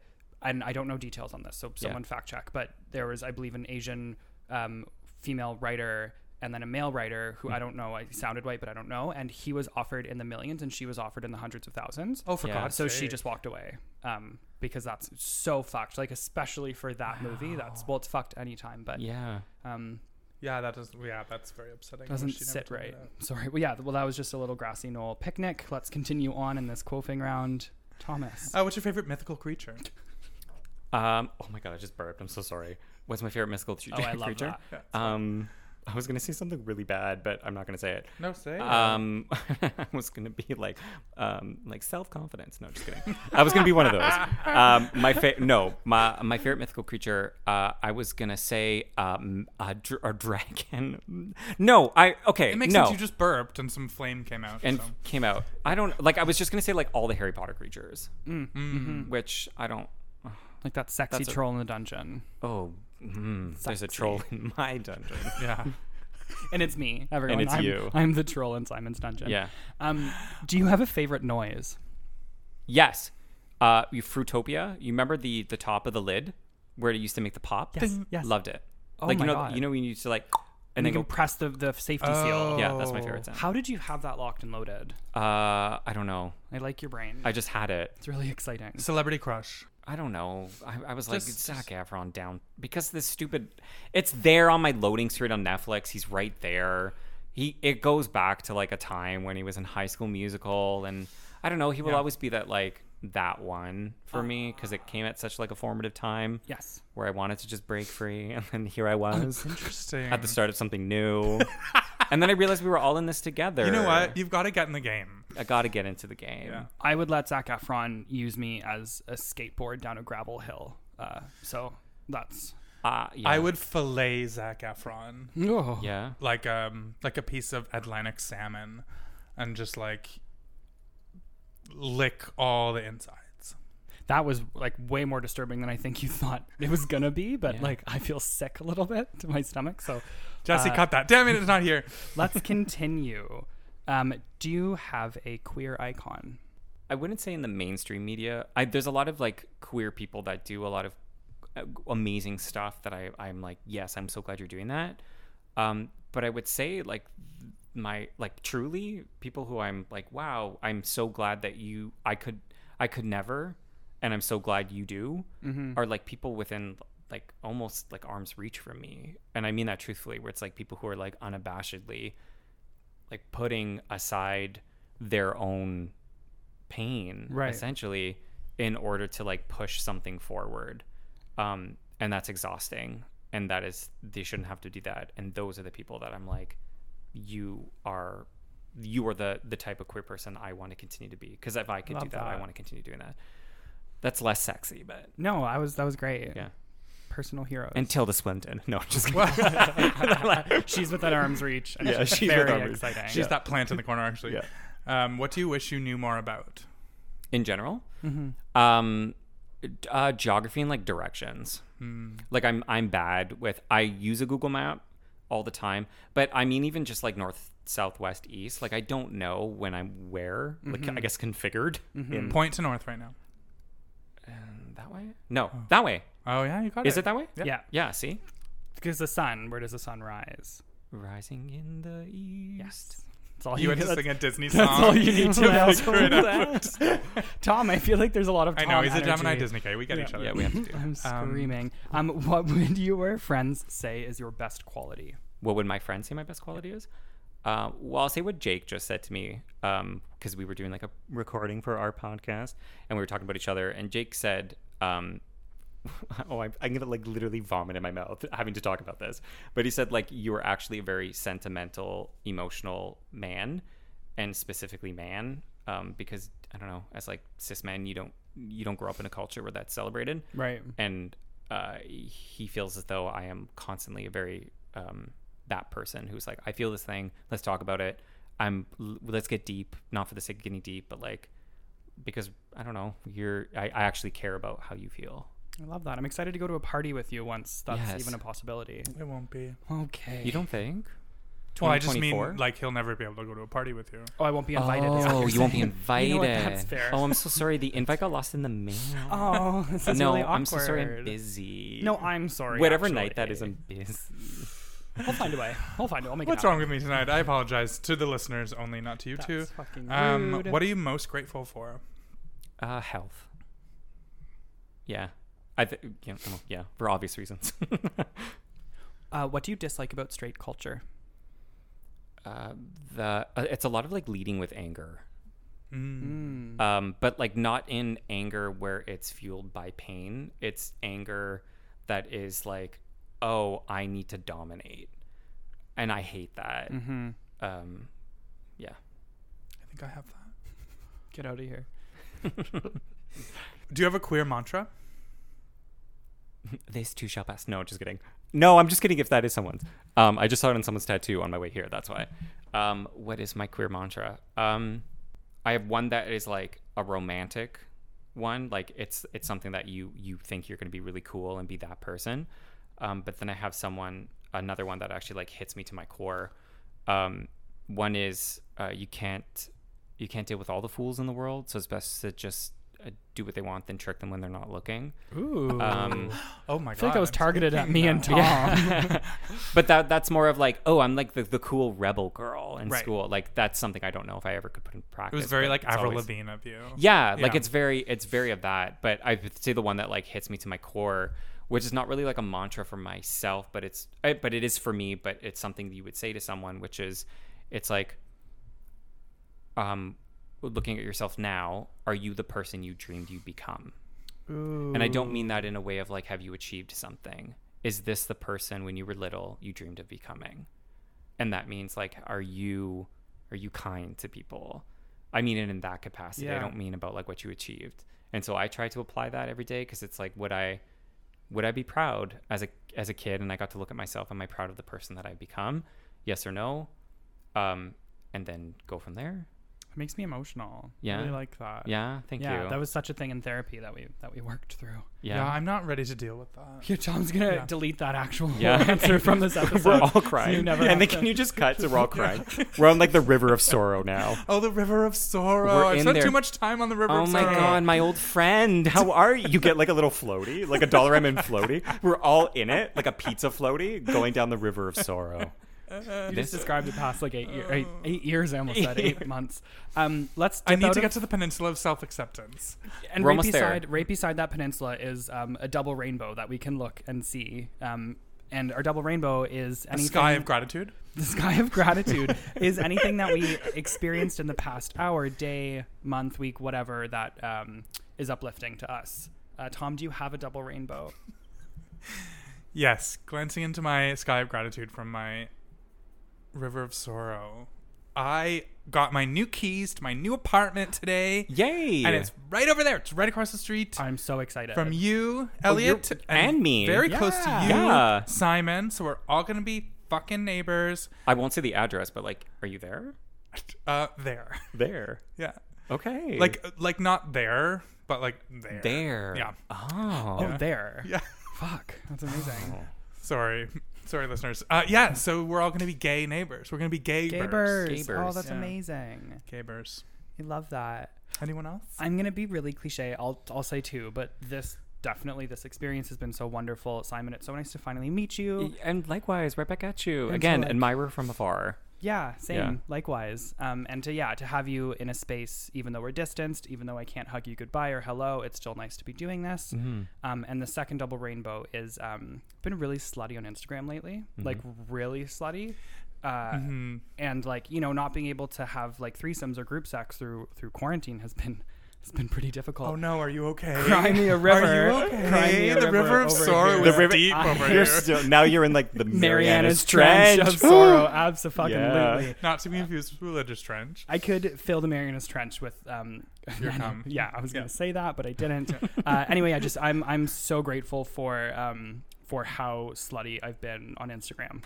and I don't know details on this, so someone fact check. But there was, I believe, an Asian um, female writer and then a male writer who I don't know. I sounded white, but I don't know. And he was offered in the millions, and she was offered in the hundreds of thousands.
oh for
Yeah.
god's
so
sake
she just walked away um, because that's so fucked. Like especially for that movie, that's well, it's fucked anytime, but
Yeah.
um,
yeah that does yeah that's very upsetting
doesn't
She never
sit
told me
right.
that.
Sorry. Well, yeah. Well, that was just a little grassy knoll picnic. Let's continue on in this quoting round. Thomas.
uh, what's your favorite mythical creature
Um, oh my God, I just burped. I'm so sorry. What's my favorite mystical tr-
Oh, I love
creature?
that.
Um, I was going to say something really bad, but I'm not going to say it.
no say
Um, I was gonna be like, um, like self confidence. No, just kidding. I was gonna be one of those. Um, my fa- no, my my favorite mythical creature. Uh, I was gonna say um, a, dr- a dragon. No, I okay.
it makes
no.
sense you just burped and some flame came out
and
so.
came out. I don't like. I was just gonna say like all the Harry Potter creatures,
Mm, mm-hmm.
which I don't.
like that sexy
that's a-
troll in the dungeon.
Oh, mm, there's a troll in my dungeon.
yeah
And it's me, everyone.
it's
I'm,
you.
I'm the troll in Simon's dungeon.
Yeah.
Um, do you have a favorite noise?
Yes. Uh, you Fruitopia. You remember the the top of the lid where it used to make the pop?
Yes, Ding. yes.
Loved it.
Oh
like
my
you know
God.
you know when you used to like and
And
then
you
go
can press the, the safety seal.
Oh.
yeah that's my favorite sound.
How did you have that locked and loaded?
Uh, I don't know.
I like your brain.
I just had it.
it's really exciting.
celebrity crush
I don't know. I, I was like
Just-
Zac Efron down because this stupid. It's there on my loading screen on Netflix. He's right there. He it goes back to like a time when he was in High School Musical, and I don't know. He will always be that like that one for
Uh,
me because it came at such like a formative time.
yes.
where I wanted to just break free, and then here I was
Oh, interesting
at the start of something new. and then I realized we were all in this together.
you know what you've got to get in the game
I got to get into the game.
Yeah.
I would let Zach Efron use me as a skateboard down a gravel hill. Uh, so that's
Uh, yeah.
I would fillet Zach Efron
Oh.
Yeah.
like um like a piece of Atlantic salmon, and just like lick all the insides.
That was like way more disturbing than I think you thought it was gonna be, but
Yeah.
like I feel sick a little bit to my stomach. So
Jesse,
Uh,
cut that. Damn it, it's not here.
let's continue. Um, do you have a queer icon?
I wouldn't say in the mainstream media. I, there's a lot of like queer people that do a lot of uh, amazing stuff that I, I'm like, yes, I'm so glad you're doing that. Um, but I would say like my like truly people who I'm like, wow, I'm so glad that you I could I could never, and I'm so glad you do are like people within like almost like arm's reach from me, and I mean that truthfully, where it's like people who are like unabashedly like putting aside their own pain
Right.
essentially in order to like push something forward um and that's exhausting and that is they shouldn't have to do that and those are the people that i'm like you are you are the the type of queer person i want to continue to be because if i could do
Love
that, i
that.
want to continue doing that that's less sexy but
No, I was that was great.
yeah
Personal heroes.
and tilda swinton no I'm just kidding.
she's within arm's reach. And
Yeah,
it's
she's
very
within arm's reach.
exciting.
She's that plant in the corner, actually.
Yeah.
Um, what do you wish you knew more about?
in general um d- uh geography and like directions like i'm i'm bad with i use a google map all the time but i mean even just like north south west east like i don't know when i'm where like i guess configured in
Point to north right now.
Mm-hmm. that way no that way
Oh yeah, you got
is
it.
it that way
yeah,
yeah see
because the sun. Where does the sun rise?
rising in the east
That's all
You
you.
had to
that's,
sing a Disney song.
that's all you need to know.
figure it out.
Tom, I feel like there's a lot of.
I
Tom
know he's
energy.
a Gemini Disney guy. We get
Yeah.
each other.
yeah we have to do
I'm
Um,
screaming. Um, what would your friends say is your best quality?
what would my friend say my best quality is? Uh, well, I'll say what Jake just said to me because we were doing like a recording for our podcast and we were talking about each other. And Jake said, um, "Oh, I'm, I'm gonna like literally vomit in my mouth having to talk about this." But he said like you are actually a very sentimental, emotional man, and specifically man, um, because I don't know, as like cis men, you don't you don't grow up in a culture where that's celebrated
Right.
and uh, he feels as though I am constantly a very um, that person who's like, I feel this thing. Let's talk about it. I'm l- let's get deep, not for the sake of getting deep, but like because I don't know. You're I, I actually care about how you feel.
I love that. I'm excited to go to a party with you once that's
Yes.
even a possibility.
It won't be.
Okay.
You don't think?
Well, I just mean
2024?
like he'll never be able to go to a party with you.
Oh, I won't be invited. is what
oh,
you're
you won't be
saying.
invited.
You know what, that's fair.
Oh, I'm so sorry. The invite got lost in the mail.
Oh, this is
no,
really awkward.
I'm so sorry. I'm busy.
No, I'm sorry.
Whatever
actually.
night that is, I'm busy.
I'll find a way. I'll find it. I'll make
What's
it.
wrong with me tonight? I apologize to the listeners only, not to you two.
That's fucking
Um,
rude.
what are you most grateful for?
Uh, health. Yeah, I th- yeah, well, yeah, for obvious reasons.
Uh, what do you dislike about straight culture?
uh, the uh, it's a lot of like leading with anger,
Mm.
um, but like not in anger where it's fueled by pain. It's anger that is like, oh, I need to dominate, and I hate that.
Mm-hmm.
Um, yeah,
I think I have that.
Get out of here.
Do you have a queer mantra?
this too shall pass. No, just kidding. No, I'm just kidding. If that is someone's, um, I just saw it on someone's tattoo on my way here. That's why. Um, what is my queer mantra? Um, I have one that is like a romantic one. Like it's it's something that you you think you're going to be really cool and be that person. Um, but then I have someone another one that actually like hits me to my core. Um, one is uh, you can't you can't deal with all the fools in the world, so it's best to just uh, do what they want, then trick them when they're not looking.
Ooh.
Um,
Oh my
I
god!
feel like that was
I'm
targeted at
thinking
me
now.
and Tom.
but that that's more of like, oh, I'm like the, the cool rebel girl in
Right.
school. Like that's something I don't know if I ever could put in
It
practice.
was very
but
like
it's
Avril
always-
Lavigne of you.
Yeah, like
Yeah.
it's very it's very of that. But I would say the one that like hits me to my core, which is not really like a mantra for myself, but it's eh, but it is for me. But it's something you would say to someone, which is, it's like, um, looking at yourself now, are you the person you dreamed you'd become? And I don't mean that in a way of like, have you achieved something? Is this the person when you were little you dreamed of becoming? And that means like, are you are you kind to people? I mean it in that capacity. I
Yeah.
don't mean about like what you achieved. And so I try to apply that every day because it's like, would I would I be proud as a as a kid? And I got to look at myself. Am I proud of the person that I've become? Yes or no? Um, and then go from there.
It makes me emotional.
Yeah.
I really like that.
Yeah, thank
yeah,
you.
that was such a thing in therapy that we that we worked through.
Yeah.
yeah,
Uh, I'm not ready to deal with that.
Your Tom's gonna
Yeah.
delete that actual
Yeah.
answer from this episode.
we're all
So
crying.
you never have
and then
to-
can you just cut? So we're all crying. we're on like the river of sorrow now.
Oh, the river of sorrow.
We're
I
in
spent
there.
too much time on the river
Oh
of
my
sorrow.
god, my old friend, how are you? You get like a little floaty, like a dollar M in floaty. We're all in it, like a pizza floaty, going down the river of sorrow.
You just described the past like eight, year, eight, eight years. I almost said eight months. Um, let's.
Oh. I
dip
need
out
to
of-
get to the peninsula of self acceptance.
and
We're
right
almost there.
beside right beside that peninsula is um, a double rainbow that we can look and see. Um, and our double rainbow is
A
anything,
sky of gratitude.
the sky of gratitude is anything that we experienced in the past hour, day, month, week, whatever that um, is uplifting to us. Uh, Tom, do you have a double rainbow?
Yes, glancing into my sky of gratitude from my river of sorrow, I got my new keys to my new apartment today,
Yay!
and it's right over there. It's right across the street
I'm so excited.
from you, Elliot,
Oh, you're- and me.
Very close to
Yeah.
you,
Yeah.
Simon. So we're all gonna be fucking neighbors.
I won't say the address, but like, are you there?
Uh, there.
There.
Yeah,
Okay.
like
uh,
like not there, but like there.
there.
Yeah.
Oh.
oh, there.
Yeah. Oh,
Fuck, that's amazing.
Sorry. Sorry, listeners. Uh, yeah, so we're all going to be gay neighbors. We're going to be gay
Gabbers. Oh,
Gabbers,
that's
yeah.
amazing.
Gaybers.
I love that.
Anyone else?
I'm gonna be really cliche. I'll I'll say two, but this definitely this experience has been so wonderful, Simon. It's so nice to finally meet you.
And likewise, right back at you
so,
again,
like-
admirer from afar.
Yeah, same.
Yeah.
Likewise. Um, and to yeah, to have you in a space, even though we're distanced, even though I can't hug you goodbye or hello, it's still nice to be doing this. Um, and the second double rainbow is um, been really slutty on Instagram lately, like really slutty. Uh, And like you know, not being able to have like threesomes or group sex through through quarantine has been has been pretty difficult.
Oh no, are you okay?
Cry me a river.
Are you okay?
Cry me a
the river, of
over
sorrow
here.
is
The river-
deep
I-
over
You're
here.
still, now you're in like the
Mariana's Trench of Sorrow. Absolutely.
Yeah.
Not to be confused with religious trench.
I could fill the Marianas Trench with um,
Your
I know.
cum.
Yeah, I was
Yeah.
gonna say that, but I didn't. uh, anyway, I just I'm I'm so grateful for um, for how slutty I've been on Instagram,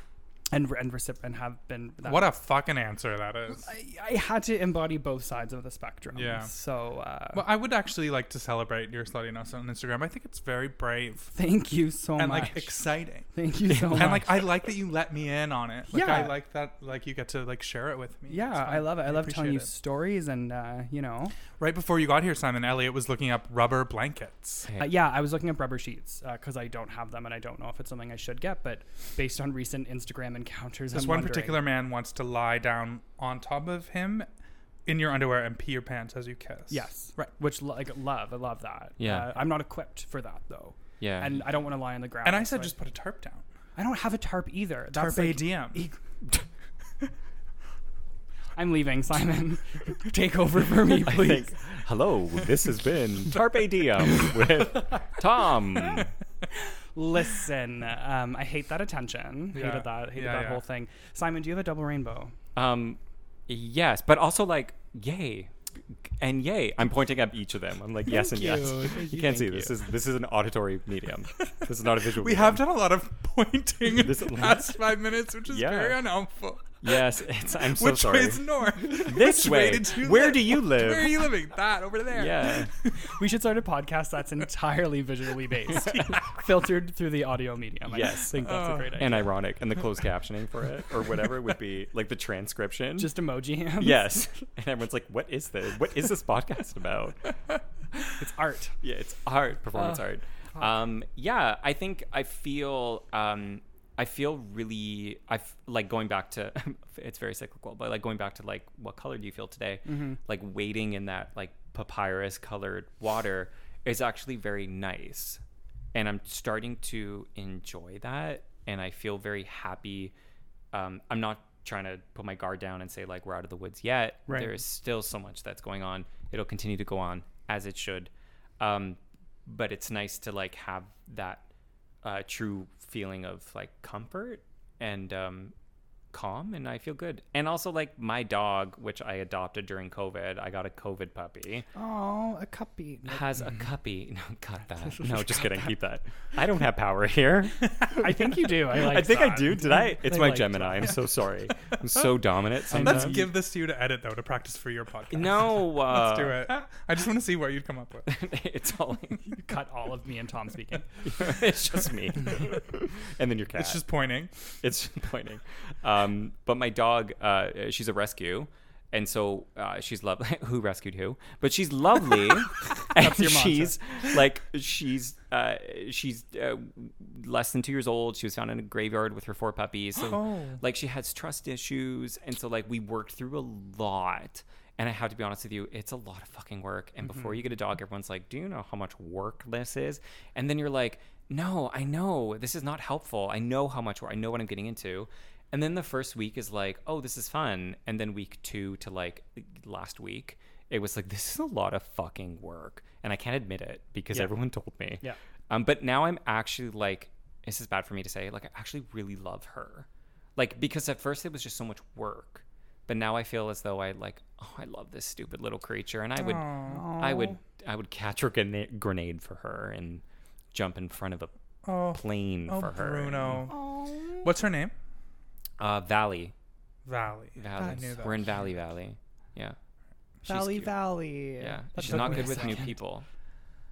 and and recip- and have been. That.
What a fucking answer that is.
I, I had to embody both sides of the spectrum.
Yeah.
So uh,
Well, I would actually like to celebrate your sluttiness on Instagram. I think it's very brave
thank you so
and
much.
like exciting.
thank you so much.
And like I like that you let me in on it. Like
Yeah.
I like that like you get to like share it with me.
yeah,
It's
I
fun.
love it. I love telling you
appreciate it.
stories, and uh, you know,
Right before you got here, Simon Elliott was looking up rubber blankets.
Uh, yeah, I was looking up rubber sheets because I don't have them, and I don't know if it's something I should get. But based on recent Instagram encounters,
This
I'm
one
wondering-
particular man wants to lie down on top of him in your underwear and pee your pants as you kiss.
Yes.
Right.
Which lo- like love, I love that.
Yeah.
Uh, I'm not equipped for that though.
Yeah.
And I don't want to lie on the ground.
And I
so
said just put a tarp down.
I don't have a tarp either. That's
Tarp
like-
ADM.
I'm leaving, Simon. Take over for me,
I
please.
think, hello, this has been Tarpe Diem with Tom.
Listen, um, I hate that attention.
Yeah.
Hated that. Hated
Yeah,
that
yeah.
whole thing. Simon, do you have a double rainbow?
Um, yes, but also like, yay, and yay. I'm pointing at each of them. I'm like, yes and yes.
you. Thank
You
you,
can't see
thank
this
you.
is this is an auditory medium. This is not a visual.
We
medium.
have done a lot of pointing in
This-
the past five minutes, which is
Yeah.
very unhelpful.
Yes, it's, I'm so
Which
sorry.
way is north?
This
Which
way.
did you
Where
live?
do you live?
Where are you living? That over there.
yeah.
We should start a podcast that's entirely visually based, filtered through the audio medium. I
Yes.
think that's a
Oh.
great idea.
And ironic, and the closed captioning for it, or whatever, would be like the transcription.
just emoji hands.
yes, and everyone's like, "What is this? What is this podcast about?"
It's art.
Yeah, it's art, performance art. Um, yeah, I think I feel um, I feel really I f- like going back to it's very cyclical, but like going back to like what color do you feel today? Like waiting in that like papyrus colored water is actually very nice, and I'm starting to enjoy that, and I feel very happy. Um, I'm not trying to put my guard down and say like we're out of the woods yet.
Right.
There is still so much that's going on. It'll continue to go on as it should. Um, but it's nice to like have that uh, true feeling of like comfort and um, calm and I feel good. And also like my dog, which I adopted during COVID, I got a COVID puppy.
Oh, a cuppy.
Has a
Mm-hmm.
cuppy. No, cut that. No, just kidding. Keep that. I don't have power here.
I think you do. I like.
I think I do. Did I? It's
I
my
like
Gemini. I'm so sorry. I'm so dominant.
Let's
Sometimes.
give this to you to edit though to practice for your podcast.
No, uh,
Let's do it. I just want to see what you'd come up with.
it's all.
You cut all of me and Tom speaking.
it's just me, and then your cat.
It's just pointing.
it's just pointing. Um, but my dog, uh, she's a rescue, and so uh, she's lovely. who rescued who? But she's lovely, and
your mantra.
she's like she's uh, she's uh, less than two years old. She was found in a graveyard with her four puppies. So like she has trust issues, and so like we worked through a lot. And I have to be honest with you, it's a lot of fucking work. And before you get a dog, everyone's like, "Do you know how much work this is?" And then you're like, "No, I know this is not helpful. I know how much work. I know what I'm getting into." And then the first week is like, "Oh, this is fun." And then week two to like last week, it was like, "This is a lot of fucking work," and I can't admit it because everyone told me.
Yeah.
Um, but now I'm actually like, this is bad for me to say. Like, I actually really love her, like because at first it was just so much work, but now I feel as though I like, oh, I love this stupid little creature, and I would, I would, I would catch a grenade, grenade for her and jump in front of a
Oh,
plane
oh
for her.
Bruno. What's her name?
Uh, Valley,
Valley. I
Valley.
knew that.
We're in Valley Valley. Yeah. She's
Valley
cute.
Valley.
Yeah.
That
She's
took
not
me a
good with new
second.
people.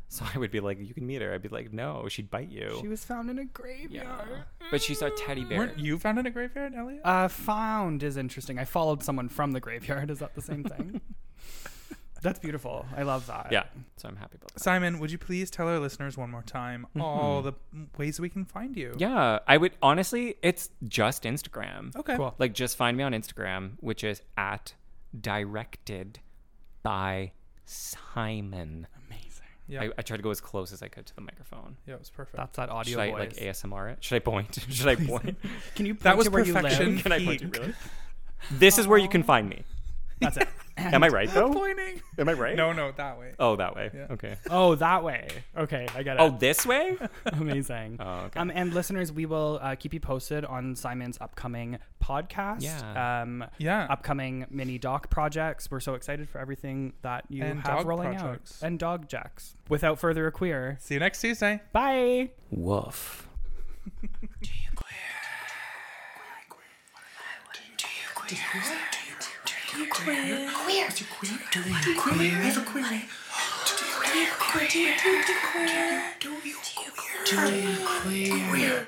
So I would be like, you can meet her. I'd be like, no, she'd bite you.
She was found in a
yeah.
graveyard.
But she's a teddy bear.
Weren't you found in a graveyard, Elliot?
Uh, found is interesting. I followed someone from the graveyard. Is that the same thing? That's beautiful. I love that.
Yeah. So I'm happy about that.
Simon, would you please tell our listeners one more time
Mm-hmm.
all the ways we can find you?
Yeah. I would honestly, it's just Instagram.
Okay.
Cool.
Like, just find me on Instagram, which is at directed by Simon.
Amazing.
Yeah.
I, I tried to go as close as I could to the microphone.
yeah, it was perfect.
That's that audio
Should I
voice.
like ASMR it? Should I point? Should I point?
Can you point
That was
to where you
perfection.
live?
Can I point to
Peak.
really? This is where you can find me.
That's it.
Am I right though?
pointing.
Am I right?
No, no, that way.
Oh, that way.
Yeah.
Okay.
Oh, that way. Okay, I get it.
Oh, this way?
Amazing.
Oh, okay.
Um, and listeners, we will uh, keep you posted on Simon's upcoming podcast.
Yeah.
Um,
Yeah.
Upcoming mini doc projects. We're so excited for everything that you
And
have
dog
rolling
projects.
out. And dog jacks. Without further a queer.
See you next Tuesday.
Bye.
Woof.
queer. Do you queer? Do you queer? Do you queer? Do you queer? Do you queer? Do you queer?